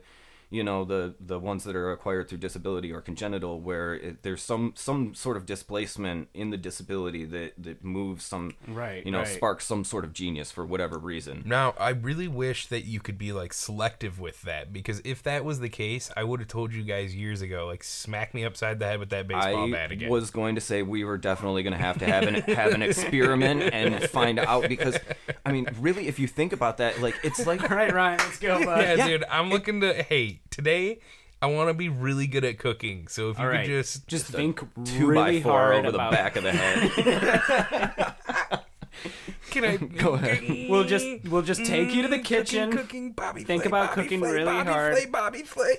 Speaker 2: you know, the the ones that are acquired through disability or congenital, where it, there's some some sort of displacement in the disability that that moves some,
Speaker 3: Right,
Speaker 2: You know,
Speaker 3: right.
Speaker 2: sparks some sort of genius for whatever reason.
Speaker 1: Now, I really wish that you could be like selective with that because if that was the case, I would have told you guys years ago, like smack me upside the head with that baseball
Speaker 2: I
Speaker 1: bat again.
Speaker 2: was going to say we were definitely going to have to have an have an experiment and find out because, I mean, really, if you think about that, like it's like
Speaker 3: All right, Ryan, let's go, bud.
Speaker 1: yeah, dude, I'm looking to. Hey, today I want to be really good at cooking. So if you
Speaker 3: All
Speaker 1: could
Speaker 3: right,
Speaker 1: just,
Speaker 3: just think
Speaker 2: two
Speaker 3: really
Speaker 2: by four
Speaker 3: hard
Speaker 2: over the
Speaker 3: about
Speaker 2: back of the head.
Speaker 1: Can I
Speaker 2: Go ahead.
Speaker 3: We'll just we'll just take you to the kitchen.
Speaker 1: Cooking, cooking, Bobby.
Speaker 3: Think
Speaker 1: flay,
Speaker 3: about
Speaker 1: Bobby
Speaker 3: cooking
Speaker 1: flay,
Speaker 3: really
Speaker 1: Bobby
Speaker 3: hard.
Speaker 1: Flay, Bobby Flay.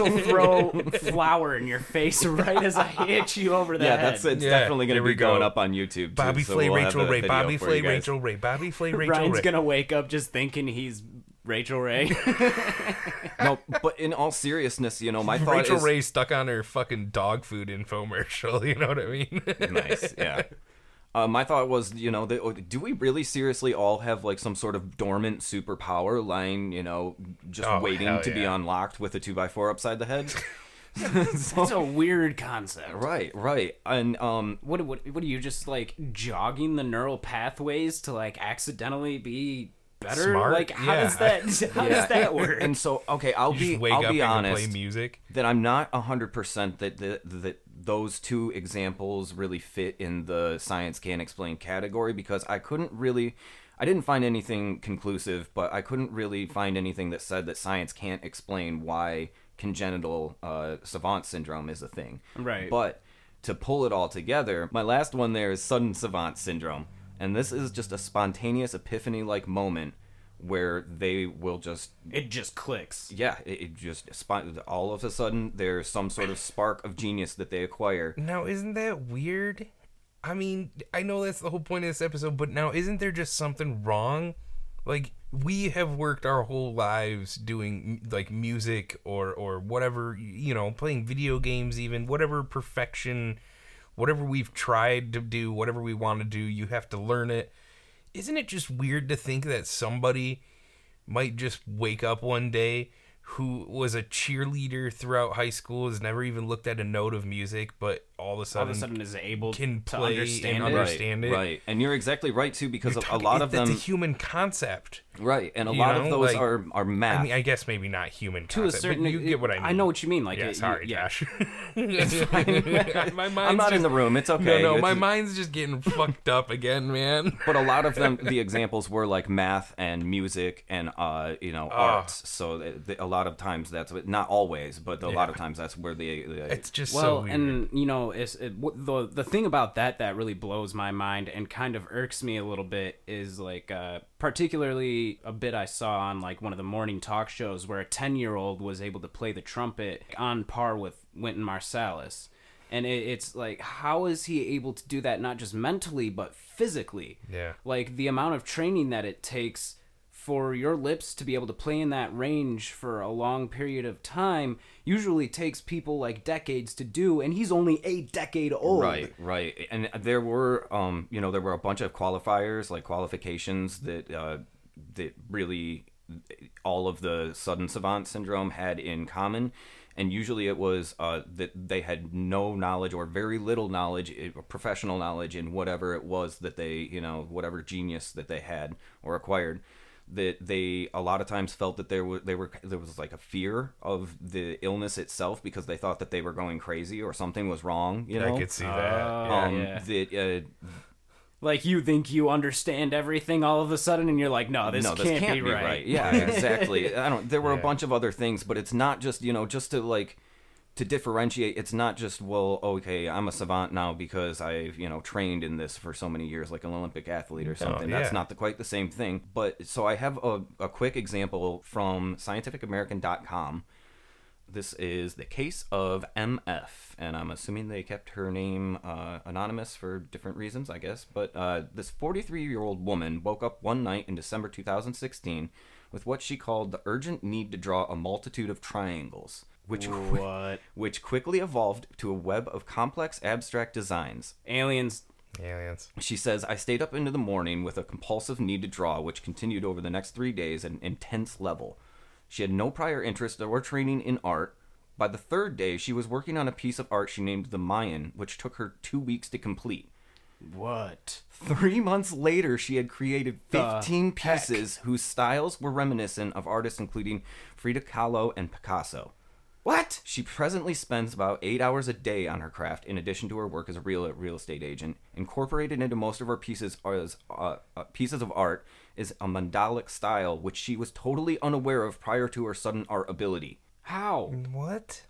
Speaker 3: will throw flour in your face right as I hit you over the
Speaker 2: Yeah,
Speaker 3: head.
Speaker 2: that's it's
Speaker 1: Yeah,
Speaker 2: definitely going
Speaker 1: there
Speaker 2: to
Speaker 1: we
Speaker 2: be going
Speaker 1: go.
Speaker 2: up on YouTube. Too,
Speaker 1: Bobby
Speaker 2: so
Speaker 1: Flay,
Speaker 2: we'll have
Speaker 1: Rachel
Speaker 2: a
Speaker 1: Ray.
Speaker 2: video
Speaker 1: Bobby
Speaker 2: for
Speaker 1: Flay,
Speaker 2: you guys.
Speaker 1: Rachel Ray. Bobby Flay, Rachel
Speaker 3: Ryan's
Speaker 1: Ray.
Speaker 3: gonna wake up just thinking he's Rachel Ray.
Speaker 2: No, but in all seriousness, you know, my thought
Speaker 1: Rachel
Speaker 2: is
Speaker 1: Ray stuck on her fucking dog food infomercial. You know what I mean?
Speaker 2: nice. Yeah. Uh, my thought was, you know, the, oh, do we really seriously all have like some sort of dormant superpower lying, you know, just
Speaker 1: Oh,
Speaker 2: waiting
Speaker 1: hell
Speaker 2: to be
Speaker 1: yeah.
Speaker 2: unlocked with a two by four upside the head?
Speaker 3: That's a weird concept.
Speaker 2: right, right. And um,
Speaker 3: What, what what are you just like jogging the neural pathways to like accidentally be better?
Speaker 1: Smart?
Speaker 3: Like how
Speaker 1: Yeah.
Speaker 3: does that how
Speaker 2: Yeah.
Speaker 3: does that work?
Speaker 2: and so okay, I'll
Speaker 1: You
Speaker 2: be
Speaker 1: just wake
Speaker 2: I'll
Speaker 1: up
Speaker 2: be
Speaker 1: and
Speaker 2: honest.
Speaker 1: play music.
Speaker 2: that I'm not 100% that, that that those two examples really fit in the science can't explain category because I couldn't really I didn't find anything conclusive, but I couldn't really find anything that said that science can't explain why congenital uh, savant syndrome is a thing.
Speaker 3: Right.
Speaker 2: But to pull it all together, my last one there is sudden savant syndrome. And this is just a spontaneous epiphany like moment where they will just
Speaker 3: it just clicks.
Speaker 2: yeah, it, it just spot- all of a sudden there's some sort of spark of genius that they acquire.
Speaker 1: Now, isn't that weird? I mean, I know that's the whole point of this episode, but now isn't there just something wrong? Like we have worked our whole lives doing like music or or whatever, you know, playing video games even, whatever perfection, whatever we've tried to do, whatever we want to do, you have to learn it. Isn't it just weird to think that somebody might just wake up one day who was a cheerleader throughout high school has never even looked at a note of music but all of a
Speaker 3: All of
Speaker 1: sudden,
Speaker 3: a sudden is able
Speaker 1: can
Speaker 3: to
Speaker 1: play
Speaker 3: understand
Speaker 1: and
Speaker 3: it.
Speaker 1: under- Understand
Speaker 2: right,
Speaker 1: it.
Speaker 2: right, and you're exactly right too because
Speaker 1: You're
Speaker 2: a
Speaker 1: talking-
Speaker 2: lot
Speaker 1: it-
Speaker 2: of
Speaker 1: that's
Speaker 2: them,
Speaker 1: a human concept
Speaker 2: right, and a
Speaker 1: you
Speaker 2: lot of
Speaker 1: know,
Speaker 2: those
Speaker 1: like-
Speaker 2: are are math.
Speaker 1: i mean i guess maybe not human
Speaker 3: To a
Speaker 1: concept,
Speaker 3: certain
Speaker 1: but you get what i mean
Speaker 3: I know what you mean. Like
Speaker 1: yeah
Speaker 3: it-
Speaker 1: sorry
Speaker 3: you- yeah.
Speaker 1: josh my mind's
Speaker 2: I'm not in
Speaker 1: just-
Speaker 2: the room. It's okay.
Speaker 1: no no
Speaker 2: It's-
Speaker 1: my mind's just getting fucked up again man
Speaker 2: But a lot of them, the examples were like math and music and uh, you know
Speaker 1: Ah.
Speaker 2: arts. So th- th- a lot of times that's what, not always, but a lot of times that's where the, the
Speaker 1: it's just
Speaker 3: well
Speaker 1: so weird
Speaker 3: and you know it's it, w- the the thing about that that really blows my mind and kind of irks me a little bit is like uh particularly a bit i saw on like one of the morning talk shows where a 10 year old was able to play the trumpet on par with wynton marsalis and it, it's like how is he able to do that not just mentally but physically
Speaker 1: Yeah.
Speaker 3: like the amount of training that it takes for your lips to be able to play in that range for a long period of time usually takes people like decades to do and he's only a decade old
Speaker 2: Right, right. And there were, um, you know, there were a bunch of qualifiers, like qualifications that uh, that really all of the sudden savant syndrome had in common. And usually it was uh, that they had no knowledge or very little knowledge, eh, professional knowledge in whatever it was that they, you know, whatever genius that they had or acquired. That they a lot of times felt that there were they were there was like a fear of the illness itself because they thought that they were going crazy or something was wrong. You know,
Speaker 1: i could see
Speaker 3: Uh,
Speaker 1: that
Speaker 3: Yeah,
Speaker 2: um,
Speaker 3: yeah.
Speaker 2: that uh,
Speaker 3: like you think you understand everything all of a sudden and you're like no this,
Speaker 2: no,
Speaker 3: can't,
Speaker 2: this can't
Speaker 3: be, right,
Speaker 2: Yeah, exactly. I don't. There were a
Speaker 1: Yeah.
Speaker 2: bunch of other things, but it's not just you know just to like to differentiate. It's not just well, okay, I'm a savant now because I've you know trained in this for so many years, like an Olympic athlete or something. That's
Speaker 1: yeah.
Speaker 2: not the, quite the same thing. But so I have a, a quick example from ScientificAmerican.com. This is the case of MF, and I'm assuming they kept her name uh, anonymous for different reasons, I guess. But uh, this 43 year old woman woke up one night in December 2016 with what she called the urgent need to draw a multitude of triangles, which,
Speaker 3: what
Speaker 2: which quickly evolved to a web of complex abstract designs.
Speaker 3: aliens
Speaker 1: aliens
Speaker 2: She says, I stayed up into the morning with a compulsive need to draw, which continued over the next three days at an intense level. She had no prior interest or training in art. By the third day, she was working on a piece of art she named the Mayan, which took her two weeks to complete.
Speaker 3: what
Speaker 2: Three months later, she had created
Speaker 3: The
Speaker 2: 15 pieces whose styles were reminiscent of artists including Frida Kahlo and Picasso.
Speaker 3: what
Speaker 2: She presently spends about eight hours a day on her craft, in addition to her work as a real real estate agent. Incorporated into most of her pieces are as, uh, uh, pieces of art is a mandalic style, which she was totally unaware of prior to her sudden art ability.
Speaker 3: how
Speaker 1: what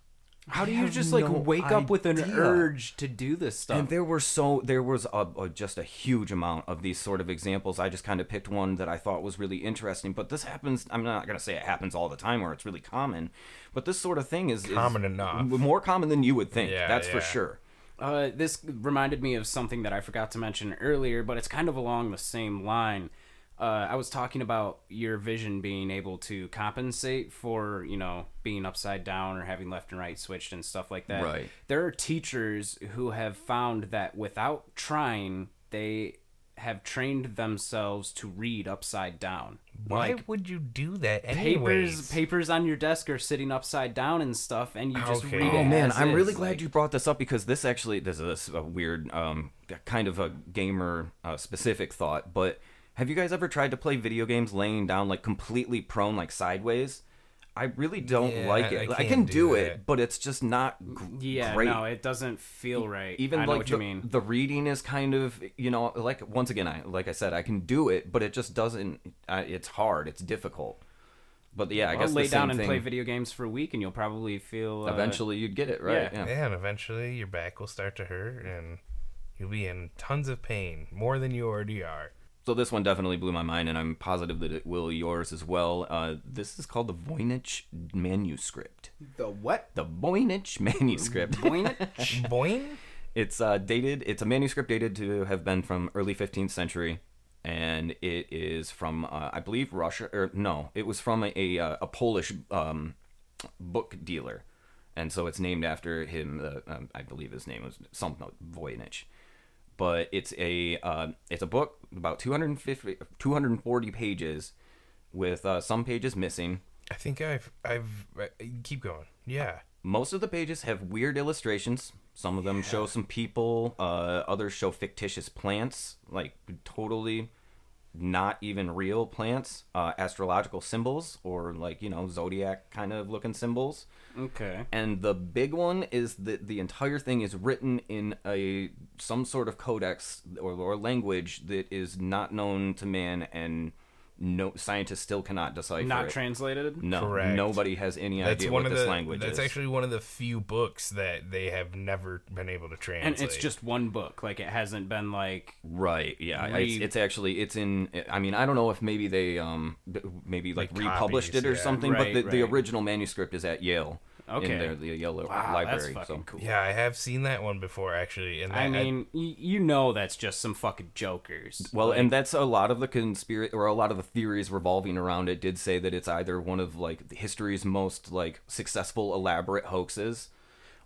Speaker 3: How do
Speaker 2: I
Speaker 3: you
Speaker 2: have
Speaker 3: just like
Speaker 2: no
Speaker 3: wake up with an
Speaker 2: idea.
Speaker 3: urge to do this stuff?
Speaker 2: And there were so there was a, a, just a huge amount of these sort of examples. I just kind of picked one that I thought was really interesting. But this happens. I'm not gonna say it happens all the time or it's really common, but this sort of thing is is
Speaker 1: Common enough.
Speaker 2: more common than you would think.
Speaker 1: Yeah,
Speaker 2: that's
Speaker 1: yeah.
Speaker 2: for sure.
Speaker 3: Uh, this reminded me of something that I forgot to mention earlier, but it's kind of along the same line. Uh, I was talking about your vision being able to compensate for, you know, being upside down or having left and right switched and stuff like that.
Speaker 2: Right.
Speaker 3: There are teachers who have found that without trying, they have trained themselves to read upside down.
Speaker 1: Why
Speaker 3: Like,
Speaker 1: would you do that anyways?
Speaker 3: papers papers on your desk are sitting upside down and stuff and you just
Speaker 1: Okay.
Speaker 3: read
Speaker 1: Oh,
Speaker 3: it
Speaker 2: Oh man,
Speaker 3: as
Speaker 2: I'm
Speaker 3: is,
Speaker 2: really glad
Speaker 3: like-
Speaker 2: you brought this up because this actually this is a weird um, kind of a gamer uh, specific thought, but have you guys ever tried to play video games laying down like completely prone like sideways? I really don't
Speaker 1: Yeah,
Speaker 2: like
Speaker 1: I- I
Speaker 2: it. I,
Speaker 1: can't
Speaker 2: can do,
Speaker 1: do that.
Speaker 2: it, but it's just not gr-
Speaker 3: Mm, yeah
Speaker 2: great. E-,
Speaker 3: no it doesn't feel right
Speaker 2: Even
Speaker 3: I know
Speaker 2: like
Speaker 3: what
Speaker 2: the,
Speaker 3: you mean
Speaker 2: the reading is kind of you know like once again I like I said I can do it, but it just doesn't. I, it's hard. It's difficult. But yeah, I
Speaker 3: Well,
Speaker 2: guess
Speaker 3: lay
Speaker 2: the same
Speaker 3: down and
Speaker 2: thing,
Speaker 3: play video games for a week, and you'll probably feel uh,
Speaker 2: Eventually, you'd get it right.
Speaker 3: yeah.
Speaker 1: Yeah, and eventually your back will start to hurt and you'll be in tons of pain, more than you already are.
Speaker 2: So this one definitely blew my mind, and I'm positive that it will yours as well. Uh, this is called the Voynich manuscript.
Speaker 4: The what?
Speaker 2: The Voynich manuscript.
Speaker 1: Boing?
Speaker 2: it's uh, dated. It's a manuscript dated to have been from early 15th century, and it is from uh, I believe Russia or no, it was from a a, uh, a Polish um, book dealer, and so it's named after him. Uh, um, I believe his name was something Voynich. But it's a uh, it's a book about 250 240 pages, with uh, some pages missing.
Speaker 1: I think I've I've I, keep going. Yeah.
Speaker 2: Most of the pages have weird illustrations. Some of them show some people. Uh, others show fictitious plants, like totally not even real plants. Uh, astrological symbols, or like you know zodiac kind of looking symbols.
Speaker 3: okay.
Speaker 2: And the big one is that the entire thing is written in a some sort of codex or, or language that is not known to man, and no scientists still cannot decipher.
Speaker 3: Not
Speaker 2: it.
Speaker 3: translated.
Speaker 2: No,
Speaker 1: Correct.
Speaker 2: nobody has any
Speaker 1: That's
Speaker 2: idea
Speaker 1: one
Speaker 2: what
Speaker 1: of
Speaker 2: this
Speaker 1: the
Speaker 2: language
Speaker 1: That's
Speaker 2: is.
Speaker 1: actually one of the few books that they have never been able to translate.
Speaker 3: and it's just one book. Like it hasn't been like
Speaker 2: Right. Yeah. It's,
Speaker 3: Re-
Speaker 2: it's actually it's in. I mean, I don't know if maybe they um b- maybe like,
Speaker 1: Like
Speaker 2: republished
Speaker 1: copies,
Speaker 2: it or
Speaker 1: yeah.
Speaker 2: something,
Speaker 3: Right,
Speaker 2: but the, the
Speaker 3: right.
Speaker 2: original manuscript is at Yale.
Speaker 3: Okay.
Speaker 2: In their, the Yale
Speaker 3: wow,
Speaker 2: library.
Speaker 3: that's fucking
Speaker 2: so.
Speaker 3: cool.
Speaker 1: Yeah, I have seen that one before actually. And that, uh,
Speaker 3: I mean, y you know that's just some fucking jokers.
Speaker 2: Well, and that's a lot of the conspiracy or a lot of the theories revolving around it did say that it's either one of like history's most like successful elaborate hoaxes,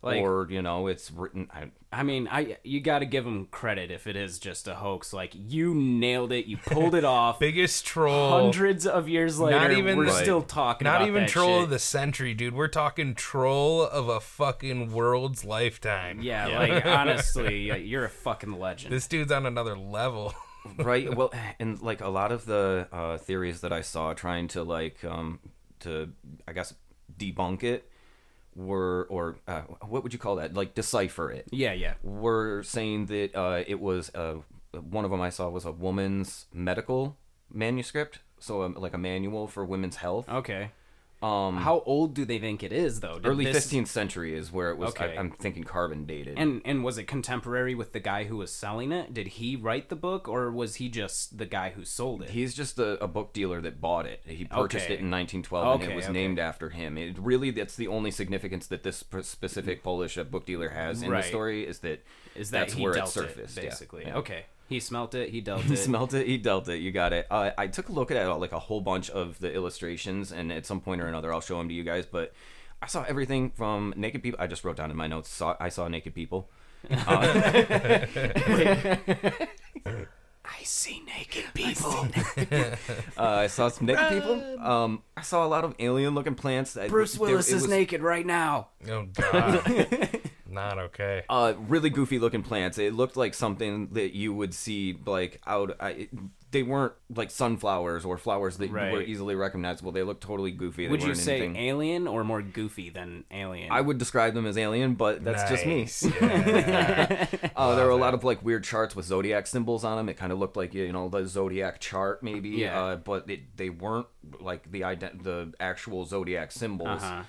Speaker 3: Like-
Speaker 2: or you know it's written. I,
Speaker 3: I mean, I you got to give them credit if it is just a hoax. Like you nailed it. You pulled it off.
Speaker 1: biggest troll
Speaker 3: Hundreds of years later,
Speaker 1: even-
Speaker 3: we're
Speaker 1: Right.
Speaker 3: still talking.
Speaker 1: Not
Speaker 3: about
Speaker 1: even
Speaker 3: that
Speaker 1: troll
Speaker 3: shit.
Speaker 1: of the century, dude. We're talking troll of a fucking world's lifetime.
Speaker 3: Yeah, like honestly, yeah, you're a fucking legend.
Speaker 1: This dude's on another level.
Speaker 2: right well and like a lot of the uh, theories that i saw trying to like um to i guess debunk it were or uh, what would you call that like decipher it
Speaker 3: yeah, yeah.
Speaker 2: were saying that uh, it was uh, one of them i saw was a woman's medical manuscript so um, like a manual for women's health
Speaker 3: Okay. Um, how old do they think it is though? Did
Speaker 2: early
Speaker 3: this-
Speaker 2: 15th century is where it was
Speaker 3: Okay.
Speaker 2: I, i'm thinking carbon dated
Speaker 3: And and was it contemporary with the guy who was selling it? Did he write the book, or was he just the guy who sold it?
Speaker 2: He's just a, a book dealer that bought it. He purchased
Speaker 3: Okay.
Speaker 2: it in 1912, and
Speaker 3: Okay,
Speaker 2: it was
Speaker 3: okay.
Speaker 2: named after him. It really that's the only significance that this pr- specific Polish uh, book dealer has in
Speaker 3: Right.
Speaker 2: the story is that
Speaker 3: Is that
Speaker 2: that's
Speaker 3: he
Speaker 2: where
Speaker 3: dealt
Speaker 2: it surfaced,
Speaker 3: it
Speaker 2: yeah.
Speaker 3: basically?
Speaker 2: Yeah.
Speaker 3: Okay, he smelt it. He dealt
Speaker 2: He
Speaker 3: it.
Speaker 2: smelt it. He dealt it. You got it. Uh, I took a look at uh, like a whole bunch of the illustrations, and at some point or another, I'll show them to you guys. But I saw everything from naked people. I just wrote down in my notes. Saw I saw naked people. Uh,
Speaker 3: I see naked people.
Speaker 2: Uh, I saw some naked people. Um, I saw a lot of alien-looking plants. I-
Speaker 3: Bruce
Speaker 2: there-
Speaker 3: Willis
Speaker 2: it
Speaker 3: is
Speaker 2: was-
Speaker 3: naked right now.
Speaker 1: Oh god. Not okay.
Speaker 2: uh, really goofy looking plants. It looked like something that you would see like out. I, it, they weren't like sunflowers or flowers that
Speaker 3: Right.
Speaker 2: were easily recognizable. They looked totally goofy. They
Speaker 3: Would you
Speaker 2: weren't
Speaker 3: say
Speaker 2: Anything.
Speaker 3: alien or more goofy than alien?
Speaker 2: I would describe them as alien, but that's just me.
Speaker 1: just me. Yeah.
Speaker 2: Uh, there were a lot of like weird charts with zodiac symbols on them. It kind of looked like you know the zodiac chart, maybe.
Speaker 3: Yeah.
Speaker 2: Uh, but it, they weren't like the ident- the actual zodiac symbols.
Speaker 3: Uh-huh.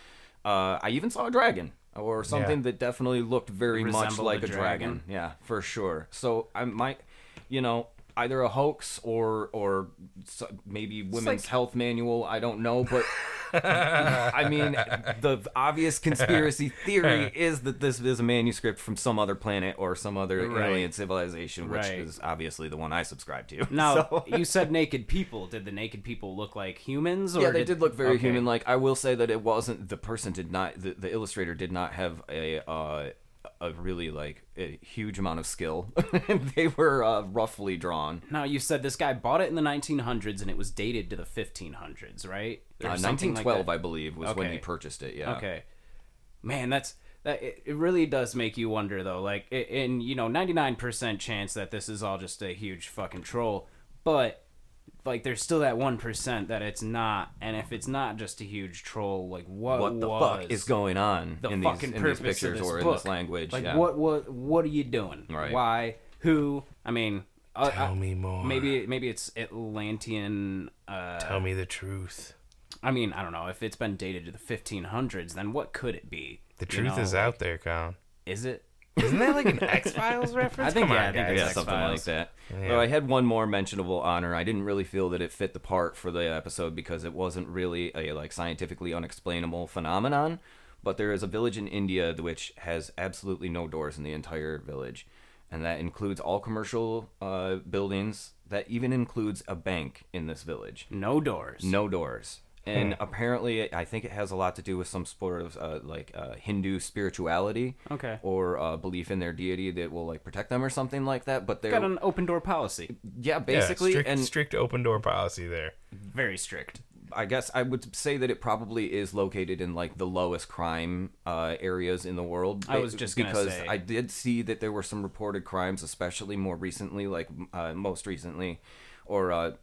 Speaker 2: Uh, I even saw a dragon. or something
Speaker 1: Yeah.
Speaker 2: that definitely looked very much
Speaker 3: Resembled
Speaker 2: like
Speaker 3: a
Speaker 2: a dragon.
Speaker 3: dragon.
Speaker 2: Yeah, for sure. So I might, you know, either a hoax or or so- maybe women's
Speaker 3: like-
Speaker 2: health manual. I don't know, but. I mean, the obvious conspiracy theory is that this is a manuscript from some other planet or some other
Speaker 3: Right.
Speaker 2: alien civilization, which
Speaker 3: Right.
Speaker 2: is obviously the one I subscribe to.
Speaker 3: Now
Speaker 2: So-
Speaker 3: you said naked people. Did the naked people look like humans? Or
Speaker 2: yeah, they
Speaker 3: did,
Speaker 2: did look very
Speaker 3: okay.
Speaker 2: human. Like I will say that it wasn't the person did not the, the illustrator did not have a uh, a really like a huge amount of skill. they were uh, roughly drawn.
Speaker 3: Now you said this guy bought it in the 1900s and it was dated to the 1500s, right? Or
Speaker 2: Uh,
Speaker 3: something like
Speaker 2: 1912,
Speaker 3: that.
Speaker 2: I believe, was when he
Speaker 3: Okay.
Speaker 2: purchased it. Yeah.
Speaker 3: Okay. Man, that's that. It, it really does make you wonder, though. Like, i- in you know, ninety nine percent chance that this is all just a huge fucking troll, but like, there's still that one percent that it's not. And if it's not just a huge troll, like, what,
Speaker 2: What the
Speaker 3: was
Speaker 2: fuck is going on
Speaker 3: the
Speaker 2: in these,
Speaker 3: fucking
Speaker 2: in
Speaker 3: purpose
Speaker 2: these pictures
Speaker 3: of this
Speaker 2: or
Speaker 3: book?
Speaker 2: in this language?
Speaker 3: Like,
Speaker 2: yeah.
Speaker 3: what what what are you doing?
Speaker 2: Right.
Speaker 3: Why? Who? I mean, uh,
Speaker 1: Tell
Speaker 3: I-
Speaker 1: me more.
Speaker 3: Maybe maybe it's Atlantean. Uh,
Speaker 1: Tell me the truth.
Speaker 3: I mean, I don't know. If it's been dated to the 1500s, then what could it be?
Speaker 1: The
Speaker 3: You
Speaker 1: truth
Speaker 3: know?
Speaker 1: is out there, Colin.
Speaker 3: Is it?
Speaker 1: Isn't that like an X Files reference?
Speaker 3: I think-
Speaker 1: Come
Speaker 3: yeah,
Speaker 1: on,
Speaker 3: I think
Speaker 1: guys.
Speaker 2: yeah,
Speaker 3: X-Files.
Speaker 2: something like that. Though I had one more mentionable honor. I didn't really feel that it fit the part for the episode because it wasn't really a like scientifically unexplainable phenomenon. But there is a village in India which has absolutely no doors in the entire village, and that includes all commercial uh, buildings. That even includes a bank in this village.
Speaker 3: No doors.
Speaker 2: No doors.
Speaker 3: Hmm.
Speaker 2: And apparently, I think it has a lot to do with some sort of uh, like uh, Hindu spirituality,
Speaker 3: Okay.
Speaker 2: or uh, belief in their deity that will like protect them or something like that. But they're
Speaker 3: Got an open door policy.
Speaker 2: yeah,
Speaker 1: Yeah,
Speaker 2: basically,
Speaker 1: strict,
Speaker 2: and
Speaker 1: strict open door policy there.
Speaker 3: Very strict.
Speaker 2: I guess I would say that it probably is located in like the lowest crime uh, areas in the world.
Speaker 3: I
Speaker 2: Ba-
Speaker 3: was just gonna
Speaker 2: because
Speaker 3: say.
Speaker 2: I did see that there were some reported crimes, especially more recently, like uh, most recently, or uh,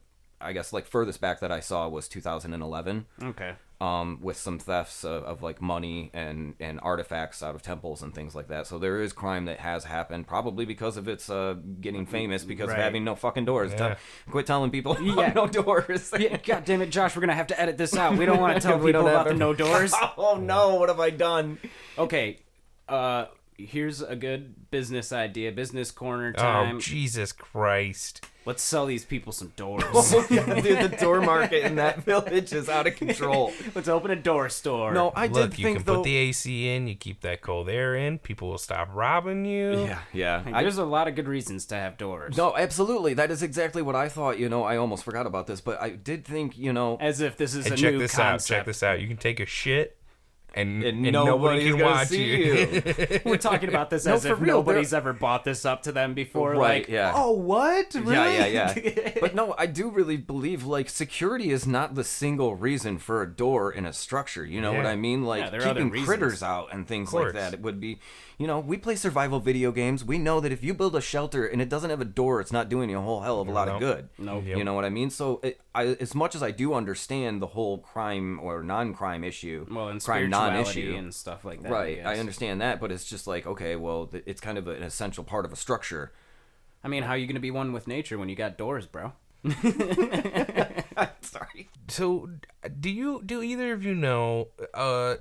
Speaker 2: I guess like furthest back that I saw was 2011.
Speaker 3: Okay.
Speaker 2: um, with some thefts of, of like money and, and artifacts out of temples and things like that. So there is crime that has happened, probably because of its uh, getting famous because
Speaker 3: Right.
Speaker 2: of having no fucking doors. Tell-
Speaker 1: Yeah.
Speaker 2: quit telling people
Speaker 3: Yeah.
Speaker 2: no doors.
Speaker 3: Yeah, God damn it, Josh, we're gonna have to edit this out. We don't want to tell
Speaker 2: We don't
Speaker 3: people about
Speaker 2: have
Speaker 3: the
Speaker 2: it.
Speaker 3: no doors.
Speaker 2: oh no, what have I done?
Speaker 3: Okay. Uh, here's a good business idea. Business corner
Speaker 1: Oh
Speaker 3: time.
Speaker 1: Jesus Christ!
Speaker 3: Let's sell these people some doors.
Speaker 2: Dude, the door market in that village is out of control.
Speaker 3: Let's open a door store.
Speaker 2: No, I
Speaker 1: Look,
Speaker 2: did
Speaker 1: you can
Speaker 2: think though.
Speaker 1: put the AC in. You keep that cold air in. People will stop robbing you.
Speaker 2: yeah, yeah.
Speaker 3: Hey,
Speaker 2: I
Speaker 3: there's a lot of good reasons to have doors.
Speaker 2: no, absolutely. That is exactly what I thought. You know, I almost forgot about this, but I did think. You know,
Speaker 3: As if this is
Speaker 1: And
Speaker 3: a
Speaker 1: check
Speaker 3: new
Speaker 1: this
Speaker 3: concept.
Speaker 1: out. Check this out. You can take a shit, and,
Speaker 2: and,
Speaker 1: and
Speaker 2: nobody's
Speaker 1: nobody can
Speaker 2: gonna
Speaker 1: watch
Speaker 2: see
Speaker 1: you.
Speaker 2: you.
Speaker 3: We're talking about this
Speaker 2: No,
Speaker 3: as
Speaker 2: for
Speaker 3: if
Speaker 2: real,
Speaker 3: nobody's ever bought this up to them before.
Speaker 2: Right,
Speaker 3: like,
Speaker 2: yeah.
Speaker 3: oh, what? Really?
Speaker 2: Yeah, yeah, yeah. but no, I do really believe like security is not the single reason for a door in a structure. You know what
Speaker 1: Yeah.
Speaker 2: I mean? Like
Speaker 3: Yeah, there are other
Speaker 2: keeping
Speaker 3: reasons.
Speaker 2: critters out and things
Speaker 1: course.
Speaker 2: like that. It would be, you know, we play survival video games. We know that if you build a shelter and it doesn't have a door, it's not doing you a whole hell of a lot
Speaker 1: Nope.
Speaker 2: of good.
Speaker 3: Nope.
Speaker 1: Yep.
Speaker 2: You know what I mean? So it, I, as much as I do understand the whole crime or non-crime issue,
Speaker 3: well, and
Speaker 2: crime
Speaker 3: spirituality and stuff like that.
Speaker 2: Right,
Speaker 3: I
Speaker 2: I
Speaker 3: guess.
Speaker 2: understand that, but it's just like okay, well, th- it's kind of an essential part of a structure.
Speaker 3: I mean, how are you going to be one with nature when you got doors, bro?
Speaker 2: Sorry,
Speaker 1: So, do you? Do either of you know? Uh,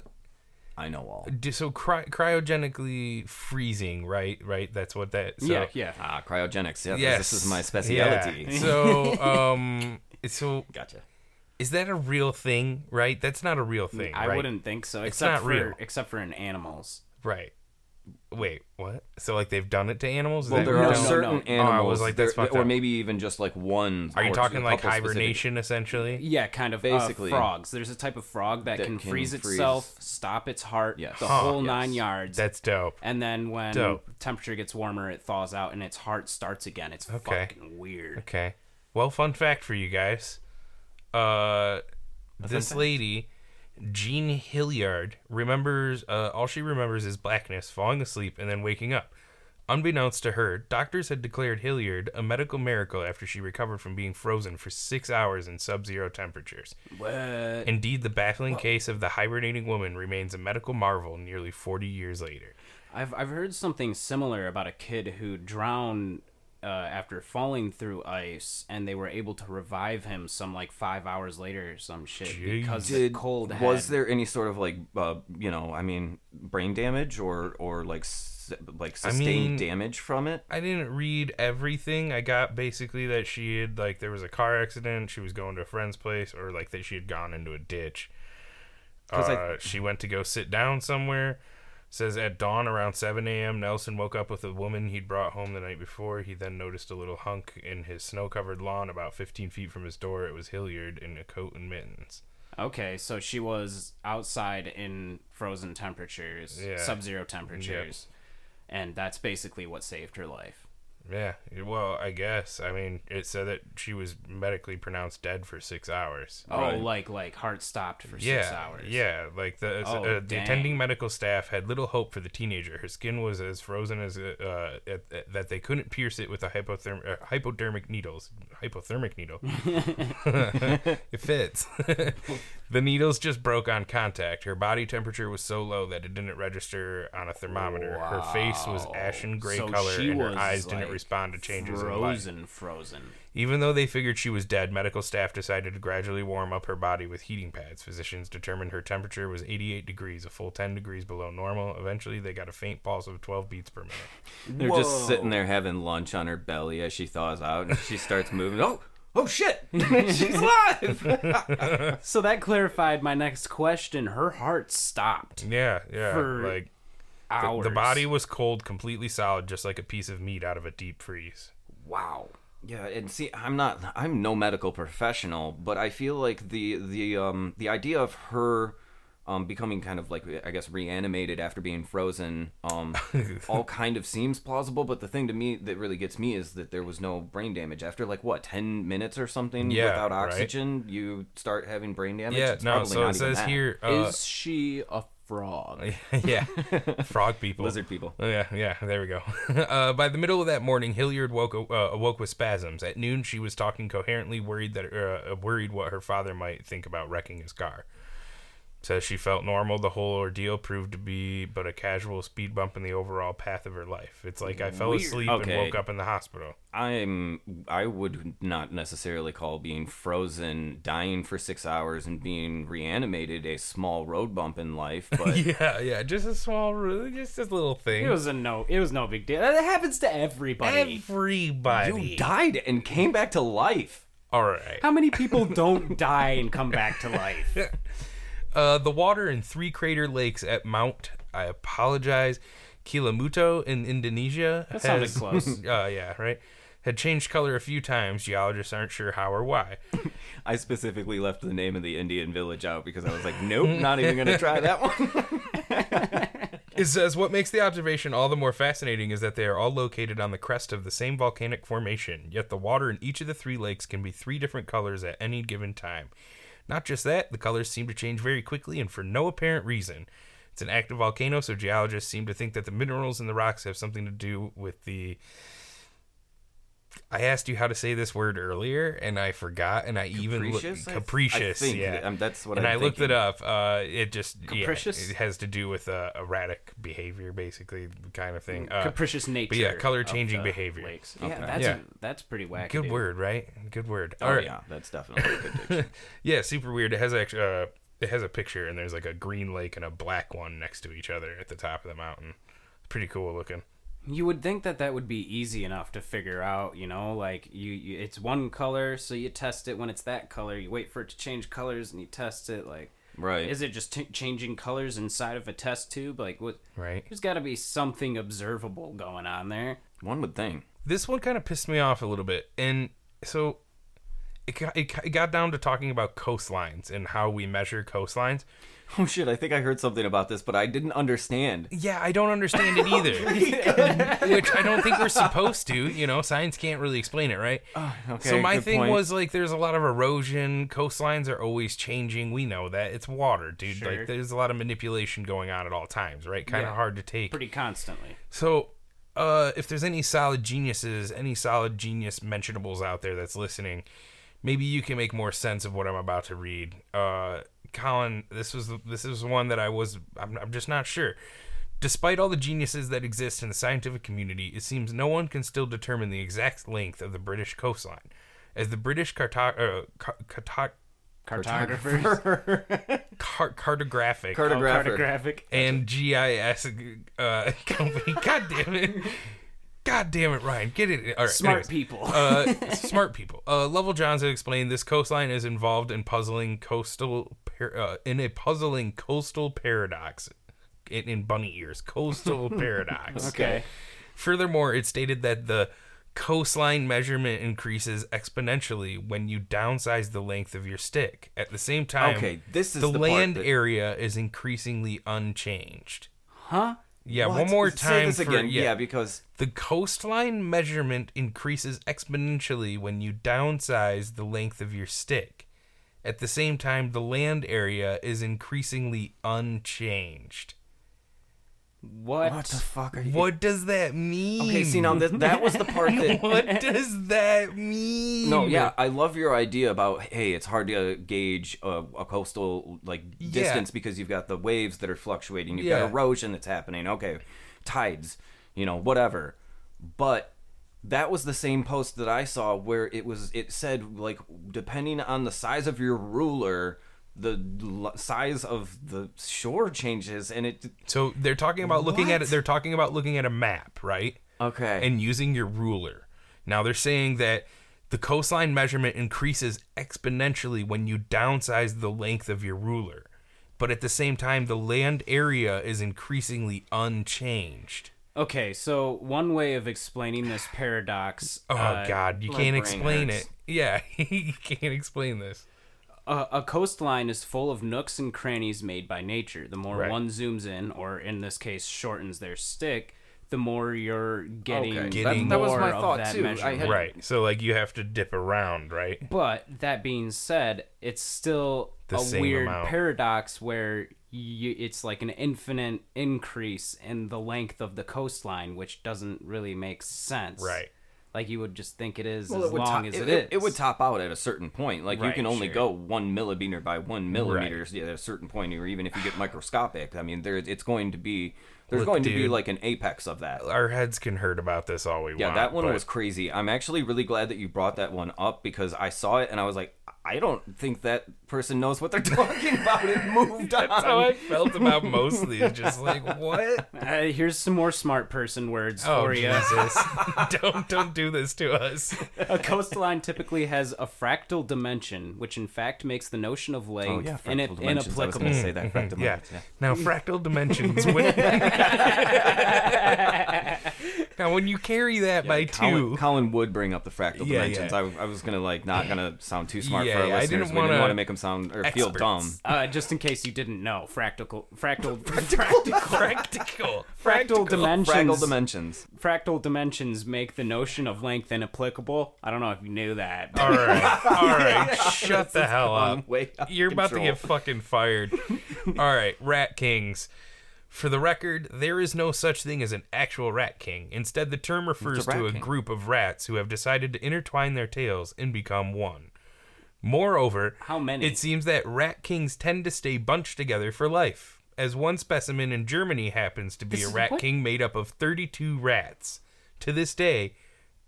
Speaker 2: I know all.
Speaker 1: do, so cry, cryogenically freezing, right? Right. That's what that. So,
Speaker 3: yeah, yeah.
Speaker 2: Ah, cryogenics. Yeah,
Speaker 1: Yes.
Speaker 2: this is my
Speaker 1: Yeah.
Speaker 2: specialty.
Speaker 1: So, um, so
Speaker 2: Gotcha.
Speaker 1: is that a real thing? Right. That's not a real thing.
Speaker 3: I
Speaker 1: right?
Speaker 3: wouldn't think so, except
Speaker 1: not
Speaker 3: for
Speaker 1: real.
Speaker 3: except for in animals.
Speaker 1: Right. Wait. What? So like they've done it to animals? Is
Speaker 2: Well,
Speaker 1: that
Speaker 2: there
Speaker 1: what
Speaker 2: are
Speaker 1: you're
Speaker 3: no,
Speaker 1: talking-
Speaker 2: certain
Speaker 1: no. Oh, I
Speaker 2: animals,
Speaker 1: was like, that's
Speaker 2: there-
Speaker 1: fucked
Speaker 2: or
Speaker 1: up.
Speaker 2: maybe even just like one.
Speaker 1: Are you
Speaker 2: or
Speaker 1: talking
Speaker 2: a
Speaker 1: like
Speaker 2: couple specific-
Speaker 1: hibernation essentially?
Speaker 3: Yeah, kind of. Basically,
Speaker 2: Basically.
Speaker 3: frogs. There's a type of frog that,
Speaker 2: That
Speaker 3: can,
Speaker 2: can
Speaker 3: freeze
Speaker 2: freeze.
Speaker 3: itself, stop its heart,
Speaker 2: Yes.
Speaker 3: the
Speaker 2: Huh.
Speaker 3: whole
Speaker 2: Yes.
Speaker 3: nine yards.
Speaker 1: That's dope.
Speaker 3: and then when
Speaker 1: Dope.
Speaker 3: temperature gets warmer, it thaws out and its heart starts again. It's
Speaker 1: Okay.
Speaker 3: fucking weird.
Speaker 1: Okay. Well, fun fact for you guys. Uh, this lady, Jean Hilliard, remembers, uh, all she remembers is blackness, falling asleep, and then waking up. Unbeknownst to her, doctors had declared Hilliard a medical miracle after she recovered from being frozen for six hours in sub zero temperatures.
Speaker 3: What?
Speaker 1: Indeed, the baffling case of the hibernating woman remains a medical marvel nearly 40 years later.
Speaker 3: I've I've heard something similar about a kid who drowned uh, after falling through ice, and they were able to revive him some like five hours later or some shit because the
Speaker 2: Did-
Speaker 3: cold had.
Speaker 2: was there any sort of like uh, you know i mean brain damage or or like s- like
Speaker 1: mean-
Speaker 2: sustained damage from it
Speaker 1: I didn't read everything. I got basically that she had like there was a car accident. She was going to a friend's place, or like that she had gone into a ditch.
Speaker 2: 'Cause I-
Speaker 1: Uh, she went to go sit down somewhere. Says at dawn around 7 a.m., Nelson woke up with a woman he'd brought home the night before. He then noticed a little hunk in his snow covered lawn about 15 feet from his door. It was Hilliard in a coat and mittens.
Speaker 3: Okay, so she was outside in frozen temperatures,
Speaker 1: Yeah.
Speaker 3: sub-zero temperatures, and that's basically what saved her life.
Speaker 1: Yeah, well, I guess. I mean, it said that she was medically pronounced dead for six hours.
Speaker 3: Oh, like like heart stopped for six hours.
Speaker 1: Yeah, like the
Speaker 3: Oh,
Speaker 1: uh, the
Speaker 3: dang.
Speaker 1: attending medical staff had little hope for the teenager. Her skin was as frozen as uh, uh, at- at- that they couldn't pierce it with a hypotherm- uh, hypodermic needles. Hypothermic needle. it fits. the needles just broke on contact. Her body temperature was so low that it didn't register on a thermometer. Her face was ashen gray
Speaker 3: So
Speaker 1: color,
Speaker 3: she
Speaker 1: and her
Speaker 3: was,
Speaker 1: eyes
Speaker 3: like,
Speaker 1: didn't respond to changes in light.
Speaker 3: Frozen, frozen.
Speaker 1: Even though they figured she was dead, medical staff decided to gradually warm up her body with heating pads. Physicians determined her temperature was 88 degrees, a full 10 degrees below normal. Eventually, they got a faint pulse of 12 beats per minute.
Speaker 2: they're just sitting there having lunch on her belly as she thaws out and she starts moving oh oh shit she's alive
Speaker 3: So that clarified my next question. Her heart stopped.
Speaker 1: Yeah, yeah.
Speaker 3: For
Speaker 1: like
Speaker 3: Hours.
Speaker 1: the body was cold, completely solid, just like a piece of meat out of a deep freeze.
Speaker 3: Wow.
Speaker 2: Yeah, and see, I'm not, I'm no medical professional, but I feel like the the um the idea of her um becoming kind of like I guess reanimated after being frozen um all kind of seems plausible. But the thing to me that really gets me is that there was no brain damage after like what ten minutes or something
Speaker 1: Yeah,
Speaker 2: without
Speaker 1: right.
Speaker 2: oxygen, you start having brain damage.
Speaker 1: Yeah,
Speaker 2: It's
Speaker 1: no.
Speaker 2: probably
Speaker 1: So
Speaker 2: not
Speaker 1: it
Speaker 2: even
Speaker 1: says
Speaker 2: that.
Speaker 1: here, uh,
Speaker 3: Is she a frog?
Speaker 1: yeah, frog people,
Speaker 2: lizard people.
Speaker 1: Oh, Yeah, yeah, there we go. uh, by the middle of that morning, Hilliard woke uh, awoke with spasms. At noon, she was talking coherently, worried that uh, worried what her father might think about wrecking his car. Says she felt normal. The whole ordeal proved to be but a casual speed bump in the overall path of her life. It's like I fell asleep
Speaker 2: Okay.
Speaker 1: and woke up in the hospital.
Speaker 2: I'm I would not necessarily call being frozen, dying for six hours, and being reanimated a small road bump in life, but
Speaker 1: Yeah, yeah, just a small, really, just a little thing.
Speaker 3: It was a no. It was no big deal. That happens to everybody.
Speaker 1: Everybody.
Speaker 2: you died and came back to life.
Speaker 1: All right.
Speaker 3: How many people don't die and come back to life?
Speaker 1: Uh, the water in three crater lakes at Mount, I apologize, Kilamuto in Indonesia. That
Speaker 3: sounded close.
Speaker 1: Uh, yeah, right. Had changed color a few times. Geologists aren't sure how or why.
Speaker 2: I specifically left the name of the Indian village out because I was like, nope, not even gonna try that one.
Speaker 1: It says what makes the observation all the more fascinating is that they are all located on the crest of the same volcanic formation, yet the water in each of the three lakes can be three different colors at any given time. Not just that, the colors seem to change very quickly and for no apparent reason. It's an active volcano, so geologists seem to think that the minerals in the rocks have something to do with the I asked you how to say this word earlier, and I forgot, and I even
Speaker 2: Capricious,
Speaker 1: looked
Speaker 2: I-
Speaker 1: capricious.
Speaker 2: I think
Speaker 1: yeah,
Speaker 2: that- um, that's what
Speaker 1: And
Speaker 2: I'm
Speaker 1: I looked it
Speaker 2: thinking.
Speaker 1: up. Uh, it just yeah,
Speaker 3: Capricious?
Speaker 1: it has to do with uh, erratic behavior, basically, kind of
Speaker 3: Mm,
Speaker 1: thing. Uh,
Speaker 3: Capricious nature.
Speaker 1: but yeah, color
Speaker 3: of
Speaker 1: changing
Speaker 3: the
Speaker 1: behavior.
Speaker 3: lakes. Yeah, that's
Speaker 1: Yeah.
Speaker 3: that's pretty wacky.
Speaker 1: Good word, right? Good word.
Speaker 2: Oh
Speaker 1: All right.
Speaker 2: yeah, that's definitely a good diction.
Speaker 1: Yeah, super weird. It has actually, uh, it has a picture, and there's like a green lake and a black one next to each other at the top of the mountain. Pretty cool looking.
Speaker 3: You would think that that would be easy enough to figure out, you know, like you, you it's one color, so you test it when it's that color. You wait for it to change colors and you test it like
Speaker 2: Right.
Speaker 3: Is it just t- changing colors inside of a test tube? Like what
Speaker 1: Right.
Speaker 3: There's got to be something observable going on there.
Speaker 2: one would think.
Speaker 1: this one kind of pissed me off a little bit and so it, got- it, got- it got down to talking about coastlines and how we measure coastlines
Speaker 2: Oh shit, I think I heard something about this, but I didn't understand.
Speaker 1: yeah i don't understand it either which i don't think we're supposed to you know science can't really explain it right
Speaker 2: okay,
Speaker 1: so my
Speaker 2: good
Speaker 1: thing
Speaker 2: point.
Speaker 1: was like there's a lot of erosion coastlines are always changing we know that it's water dude
Speaker 3: Sure.
Speaker 1: like there's a lot of manipulation going on at all times right kind of
Speaker 3: Yeah.
Speaker 1: hard to take
Speaker 3: Pretty constantly.
Speaker 1: So, uh, if there's any solid geniuses, any solid genius mentionables out there that's listening, maybe you can make more sense of what I'm about to read. Uh, Colin, this was this is one that I was I'm, I'm just not sure. Despite all the geniuses that exist in the scientific community, it seems no one can still determine the exact length of the British coastline. As the British carto- uh, ca- carto-
Speaker 3: Cartographers.
Speaker 1: car- cartographic
Speaker 2: Cartographer.
Speaker 3: Cartographic.
Speaker 1: and GIS uh, company, god damn it, god damn it, Ryan, get it. All right,
Speaker 3: Smart
Speaker 1: anyways.
Speaker 3: people.
Speaker 1: uh, smart people. Uh, Lovell Johnson explained this coastline is involved in puzzling coastal par- uh, in a puzzling coastal paradox. In, in bunny ears, coastal paradox.
Speaker 3: okay.
Speaker 1: Furthermore, it stated that the coastline measurement increases exponentially when you downsize the length of your stick. At the same time,
Speaker 2: Okay, this is
Speaker 1: the,
Speaker 2: the part
Speaker 1: land
Speaker 2: that-
Speaker 1: area is increasingly unchanged.
Speaker 2: Huh?
Speaker 1: Yeah,
Speaker 2: What?
Speaker 1: one more
Speaker 2: Say
Speaker 1: time
Speaker 2: this
Speaker 1: for-
Speaker 2: again.
Speaker 1: yeah.
Speaker 2: yeah, because
Speaker 1: The coastline measurement increases exponentially when you downsize the length of your stick. At the same time, the land area is increasingly unchanged.
Speaker 3: What?
Speaker 2: what the fuck are you?
Speaker 1: What does that mean?
Speaker 2: Okay, see now that that was the part that
Speaker 1: what does that mean?
Speaker 2: No, yeah, I love your idea about hey, it's hard to gauge a, a coastal like
Speaker 1: Yeah.
Speaker 2: distance because you've got the waves that are fluctuating, you've
Speaker 1: Yeah.
Speaker 2: got erosion that's happening. Okay, tides, you know, whatever. But that was the same post that I saw where it was it said like depending on the size of your ruler, the l- size of the shore changes, and it
Speaker 1: So they're talking about looking at it.
Speaker 2: What?
Speaker 1: They're talking about looking at a map, right?
Speaker 2: okay
Speaker 1: and using your ruler. Now they're saying that the coastline measurement increases exponentially when you downsize the length of your ruler. But at the same time, the land area is increasingly unchanged.
Speaker 3: Okay, so one way of explaining this paradox.
Speaker 1: Oh,
Speaker 3: uh,
Speaker 1: God, you
Speaker 2: my
Speaker 1: can't
Speaker 2: brain
Speaker 1: explain
Speaker 2: hurts.
Speaker 1: it. Yeah, you can't explain this.
Speaker 3: A, a coastline is full of nooks and crannies made by nature. The more
Speaker 1: Right.
Speaker 3: one zooms in, or in this case, shortens their stick, the more you're getting,
Speaker 2: Okay.
Speaker 1: Getting- That-
Speaker 3: more
Speaker 1: that
Speaker 2: was my
Speaker 3: of
Speaker 2: thought,
Speaker 3: that
Speaker 2: too. I
Speaker 3: measurement.
Speaker 2: had-
Speaker 1: Right. So, like, you have to dip around, right?
Speaker 3: But that being said, it's still
Speaker 1: The
Speaker 3: a
Speaker 1: same
Speaker 3: weird
Speaker 1: amount.
Speaker 3: paradox where you, it's like an infinite increase in the length of the coastline, which doesn't really make sense.
Speaker 1: Right.
Speaker 3: Like you would just think it is
Speaker 2: Well,
Speaker 3: as
Speaker 2: would
Speaker 3: long
Speaker 2: to-
Speaker 3: as
Speaker 2: it,
Speaker 3: it is.
Speaker 2: it- it would top out at a certain point. Like you
Speaker 3: Right,
Speaker 2: can only
Speaker 3: sure.
Speaker 2: go one millimeter by one millimeter at a certain point, or even if you get microscopic, I mean, there it's going to be there's
Speaker 1: Look,
Speaker 2: going to be
Speaker 1: dude.
Speaker 2: like an apex of that.
Speaker 1: Our heads can hurt about this all we
Speaker 2: Yeah,
Speaker 1: want.
Speaker 2: that one
Speaker 1: but-
Speaker 2: was crazy. I'm actually really glad that you brought that one up because I saw it and I was like, I don't think that person knows what they're talking about. It moved on.
Speaker 1: That's how I felt about most of these. Just like, what?
Speaker 3: Uh, here's some more smart person words
Speaker 1: Oh,
Speaker 3: for you.
Speaker 1: Jesus. don't, don't do this to us.
Speaker 3: A coastline typically has a fractal dimension, which in fact makes the notion of
Speaker 2: Oh,
Speaker 3: length
Speaker 2: yeah,
Speaker 3: in it
Speaker 2: fractal dimensions. I was going
Speaker 3: inapplicable.
Speaker 2: to say that. fractal
Speaker 1: Yeah.
Speaker 2: dimensions, yeah.
Speaker 1: Now fractal dimensions. When... now when you carry that by
Speaker 2: Colin,
Speaker 1: two,
Speaker 2: Colin would bring up the fractal
Speaker 1: Yeah,
Speaker 2: dimensions.
Speaker 1: yeah.
Speaker 2: I, I was gonna like not gonna sound too smart
Speaker 1: Yeah,
Speaker 2: for our
Speaker 1: yeah, I
Speaker 2: listeners.
Speaker 1: didn't
Speaker 2: we
Speaker 1: wanna-
Speaker 2: didn't want to make them sound or feel
Speaker 1: Experts.
Speaker 2: dumb.
Speaker 3: Uh, just in case you didn't know, fractal, fractal, fractal,
Speaker 1: practical.
Speaker 3: fractal
Speaker 2: Fractal
Speaker 3: dimensions.
Speaker 2: dimensions.
Speaker 3: fractal dimensions make the notion of length inapplicable. I don't know if you knew that.
Speaker 1: All right, all right. Shut the hell
Speaker 2: gone
Speaker 1: up.
Speaker 2: way out of
Speaker 1: Uh, You're about to
Speaker 2: control.
Speaker 1: get fucking fired. all right, Rat Kings. For the record, there is no such thing as an actual rat king. Instead, the term refers
Speaker 2: rat
Speaker 1: to a
Speaker 2: king.
Speaker 1: group of rats who have decided to intertwine their tails and become one. Moreover,
Speaker 3: How many?
Speaker 1: It seems that rat kings tend to stay bunched together for life, as one specimen in Germany happens to be
Speaker 3: This
Speaker 1: a
Speaker 3: is-
Speaker 1: rat
Speaker 3: what?
Speaker 1: king made up of 32 rats. To this day,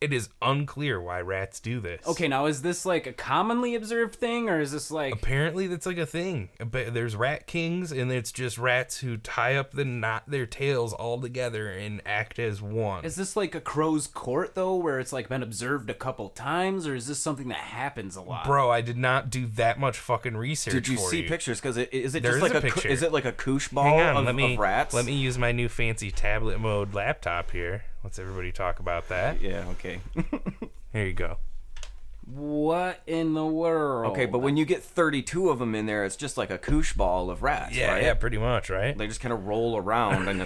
Speaker 1: it is unclear why rats do this.
Speaker 3: okay, now is this like a commonly observed thing, or is this like
Speaker 1: Apparently, that's like a thing. But there's rat kings, and it's just rats who tie up the knot their tails all together and act as one.
Speaker 3: is this like a crow's court though, where it's like been observed a couple times, or is this something that happens a lot?
Speaker 1: Bro, I did not do that much fucking research.
Speaker 2: Did you
Speaker 1: for
Speaker 2: see
Speaker 1: you.
Speaker 2: pictures? Because it, is it
Speaker 1: There
Speaker 2: just
Speaker 1: is
Speaker 2: like
Speaker 1: a
Speaker 2: a, coo-
Speaker 1: picture.
Speaker 2: is it like a koosh ball
Speaker 1: Hang on,
Speaker 2: of,
Speaker 1: let me
Speaker 2: of rats?
Speaker 1: let me use my new fancy tablet mode laptop here. Let's everybody talk about that.
Speaker 2: Yeah. Okay.
Speaker 1: Here you go.
Speaker 3: What in the world?
Speaker 2: okay, but when you get 32 of them in there, it's just like a koosh ball of rats,
Speaker 1: Yeah,
Speaker 2: right?
Speaker 1: yeah, pretty much, right?
Speaker 2: They just kind of roll around in a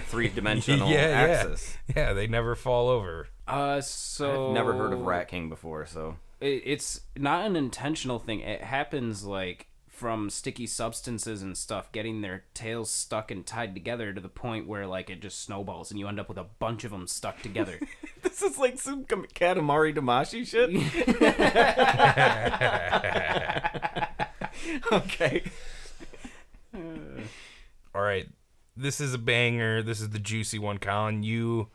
Speaker 2: three-dimensional
Speaker 1: yeah,
Speaker 2: axis.
Speaker 1: yeah, yeah. They never fall over.
Speaker 3: uh, so
Speaker 2: Never heard of Rat King before, so
Speaker 3: it, it's not an intentional thing. It happens like from sticky substances and stuff getting their tails stuck and tied together to the point where like it just snowballs and you end up with a bunch of them stuck together.
Speaker 2: this is like some Katamari Damashi shit. okay.
Speaker 1: All right, this is a banger. This is the juicy one, Colin. You,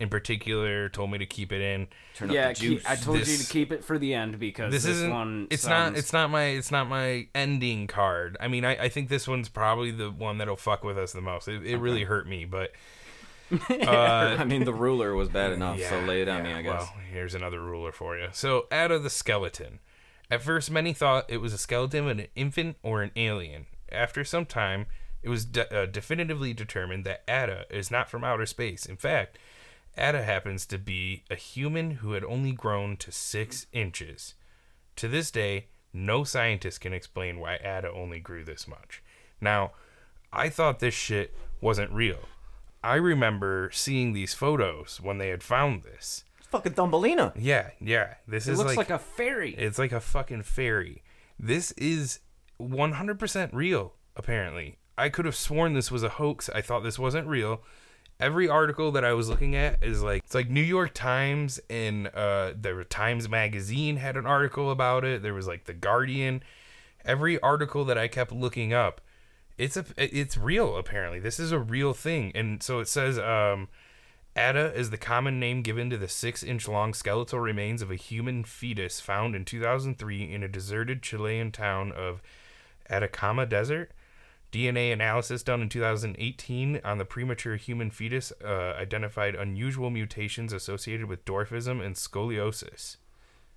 Speaker 1: in particular, told me to keep it in.
Speaker 2: Turn
Speaker 3: yeah,
Speaker 2: up the juice.
Speaker 3: keep, I told you
Speaker 1: This-
Speaker 3: to keep it for the end because
Speaker 1: This,
Speaker 3: this,
Speaker 1: isn't.
Speaker 3: one.
Speaker 1: it's
Speaker 3: sounds-
Speaker 1: not. It's not my. It's not my ending card. I mean, I, I think this one's probably the one that'll fuck with us the most. It, it really hurt me, but
Speaker 2: I mean, the ruler was bad enough, so
Speaker 1: Yeah,
Speaker 2: lay it on
Speaker 1: yeah,
Speaker 2: me, I guess.
Speaker 1: Well, here's another ruler for you. So, out of the skeleton. At first, many thought it was a skeleton of an infant or an alien. After some time, it was de- uh, definitively determined that Ada is not from outer space. In fact, Ada happens to be a human who had only grown to six inches. To this day, no scientist can explain why Ada only grew this much. Now, I thought this shit wasn't real. I remember seeing these photos when they had found this.
Speaker 2: It's fucking Thumbelina.
Speaker 1: Yeah, yeah. This
Speaker 3: It
Speaker 1: is
Speaker 3: looks
Speaker 1: like,
Speaker 3: like, a fairy.
Speaker 1: it's like a fucking fairy. This is 100% real, apparently. I could have sworn this was a hoax. I thought this wasn't real. Every article that I was looking at is like it's like New York Times and uh there were Times magazine had an article about it. There was like The Guardian. Every article that I kept looking up, it's a it's real apparently. This is a real thing. And so it says um Ada is the common name given to the six inch long skeletal remains of a human fetus found in 2003 in a deserted Chilean town of Atacama Desert. DNA analysis done in 2018 on the premature human fetus uh, identified unusual mutations associated with dwarfism and scoliosis.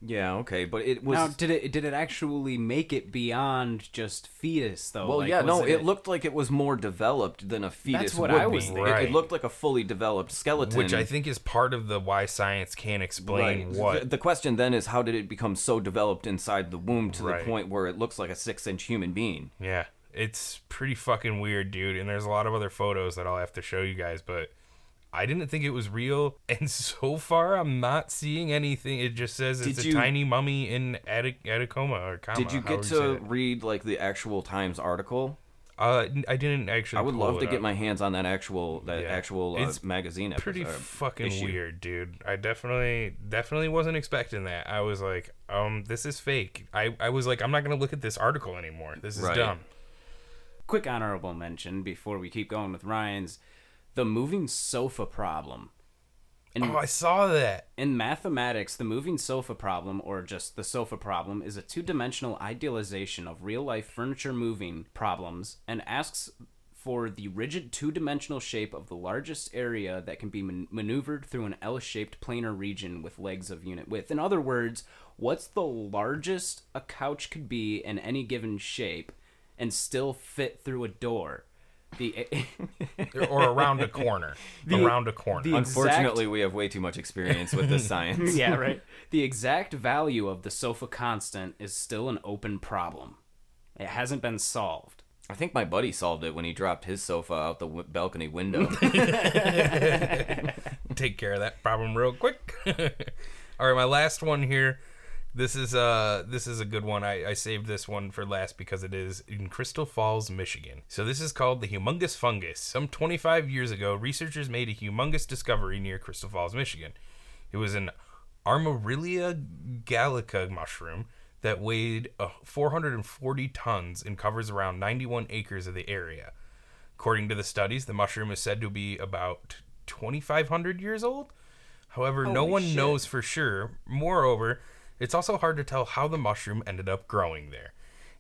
Speaker 2: Yeah, okay, but it was.
Speaker 3: now, did it did it actually make it beyond just fetus though?
Speaker 2: well,
Speaker 3: Like,
Speaker 2: yeah,
Speaker 3: was
Speaker 2: no, it looked like it was more developed than a fetus
Speaker 3: what
Speaker 2: would
Speaker 3: I was
Speaker 2: be.
Speaker 1: thinking.
Speaker 2: It- It,
Speaker 1: Right.
Speaker 2: looked like a fully developed skeleton.
Speaker 1: Which I think is part of the why science can't explain what.
Speaker 2: The, the question then is how did it become so developed inside the womb to
Speaker 1: Right.
Speaker 2: the point where it looks like a six inch human being?
Speaker 1: Yeah, it's pretty fucking weird, dude. And there's a lot of other photos that I'll have to show you guys, but I didn't think it was real. And so far, I'm not seeing anything. It just says it's
Speaker 2: Did
Speaker 1: a
Speaker 2: you-
Speaker 1: tiny mummy in Attic- Atacoma or Kama.
Speaker 2: Did you get
Speaker 1: however
Speaker 2: to
Speaker 1: say it.
Speaker 2: read like the actual Times article?
Speaker 1: Uh, n- I didn't actually.
Speaker 2: I would
Speaker 1: pull
Speaker 2: love
Speaker 1: it
Speaker 2: to get
Speaker 1: up.
Speaker 2: my hands on that actual that
Speaker 1: Yeah.
Speaker 2: actual uh,
Speaker 1: It's
Speaker 2: magazine. episode-
Speaker 1: Pretty
Speaker 2: uh,
Speaker 1: fucking
Speaker 2: issue.
Speaker 1: weird, dude. I definitely, definitely wasn't expecting that. I was like, um, this is fake. I, I was like, I'm not gonna look at this article anymore. This is
Speaker 2: Right.
Speaker 1: dumb.
Speaker 3: quick honorable mention before we keep going with Ryan's the moving sofa problem.
Speaker 1: Oh, I saw that.
Speaker 3: In mathematics, the moving sofa problem, or just the sofa problem, is a two dimensional idealization of real life furniture moving problems and asks for the rigid two dimensional shape of the largest area that can be man- maneuvered through an L shaped planar region with legs of unit width. In other words, what's the largest a couch could be in any given shape and still fit through a door? The.
Speaker 1: or around a corner. around a corner.
Speaker 3: the-
Speaker 2: Unfortunately, we have way too much experience with this science.
Speaker 3: yeah, right. The exact value of the sofa constant is still an open problem. It hasn't been solved.
Speaker 2: I think my buddy solved it when he dropped his sofa out the w- balcony window.
Speaker 1: take care of that problem real quick. All right, my last one here. This is uh this is a good one. I, I saved this one for last because it is in Crystal Falls, Michigan. So this is called the humongous fungus. Some 25 years ago, researchers made a humongous discovery near Crystal Falls, Michigan. It was an Armorillia gallica mushroom that weighed uh, 440 tons and covers around 91 acres of the area. According to the studies, the mushroom is said to be about 2,500 years old. However, no one knows for sure. Moreover, it's also hard to tell how the mushroom ended up growing there.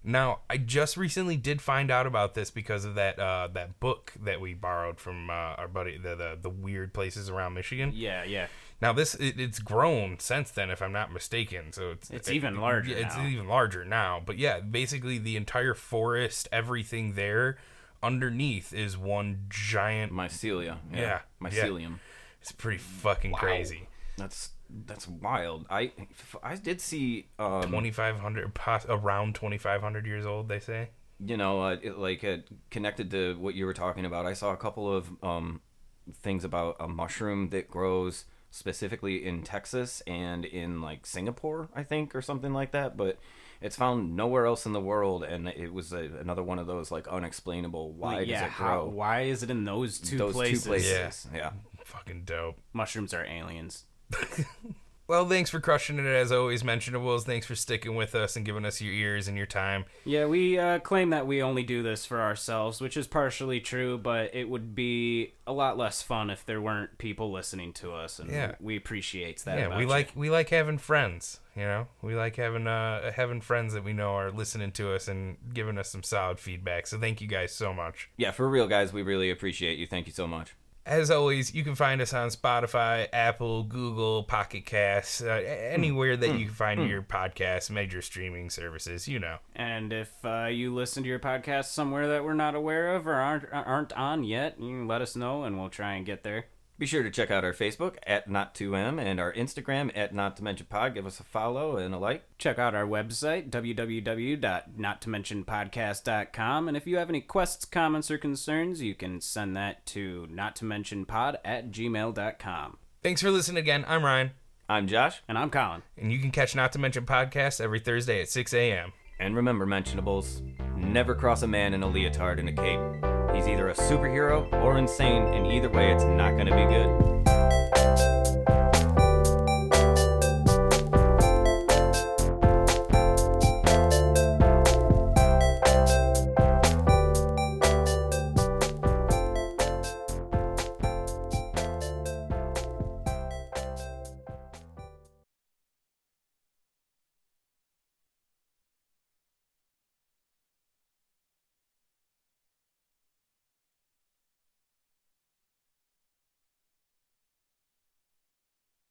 Speaker 1: Now, I just recently did find out about this because of that uh, that book that we borrowed from uh, our buddy, the, the the weird places around Michigan.
Speaker 3: Yeah, yeah.
Speaker 1: Now this it, it's grown since then, if I'm not mistaken. So it's
Speaker 3: It's even larger
Speaker 1: yeah, It's
Speaker 3: now.
Speaker 1: even larger now. But yeah, basically the entire forest, everything there underneath is one giant.
Speaker 2: Mycelia.
Speaker 1: Yeah, yeah.
Speaker 2: Mycelium.
Speaker 1: It's pretty fucking crazy.
Speaker 2: That's that's wild. I f- I did see um,
Speaker 1: 2,500 pos- around 2,500 years old. They say.
Speaker 2: you know uh, it, like uh, connected to what you were talking about. I saw a couple of um, things about a mushroom that grows specifically in Texas and in like Singapore, I think, or something like that. But it's found nowhere else in the world, and it was a, another one of those like unexplainable. Why
Speaker 3: yeah,
Speaker 2: does it grow?
Speaker 3: how, why is it in those two
Speaker 2: those
Speaker 3: places?
Speaker 2: two places. Yeah.
Speaker 1: Fucking dope.
Speaker 3: Mushrooms are aliens.
Speaker 1: Well, thanks for crushing it as always, Mentionables. Thanks for sticking with us and giving us your ears and your time.
Speaker 3: Yeah, we uh, claim that we only do this for ourselves, which is partially true, but it would be a lot less fun if there weren't people listening to us, and
Speaker 1: Yeah.
Speaker 3: we appreciate that.
Speaker 1: yeah,
Speaker 3: about
Speaker 1: we
Speaker 3: you.
Speaker 1: like we like having friends. You know, we like having uh having friends that we know are listening to us and giving us some solid feedback. So thank you guys so much.
Speaker 2: Yeah, for real, guys, we really appreciate you. Thank you so much.
Speaker 1: As always, you can find us on Spotify, Apple, Google, Pocket Casts, uh, a- anywhere that you can find
Speaker 3: Hmm.
Speaker 1: your podcast, major streaming services. You know.
Speaker 3: And if uh, you listen to your podcast somewhere that we're not aware of or aren't aren't on yet, you can let us know, and we'll try and get there.
Speaker 2: Be sure to check out our Facebook at Not2M and our Instagram at Not to Mention Pod. Give us a follow and a like.
Speaker 3: Check out our website, www.nottomentionpodcast.com. And if you have any quests, comments, or concerns, you can send that to nottomentionpod at gmail.com.
Speaker 1: Thanks for listening again. I'm Ryan,
Speaker 2: I'm Josh,
Speaker 3: And I'm Colin.
Speaker 1: and you can catch Not to Mention podcast every Thursday at 6 a.m.
Speaker 2: and remember, mentionables, never cross a man in a leotard and a cape. He's either a superhero or insane, and either way, it's not going to be good.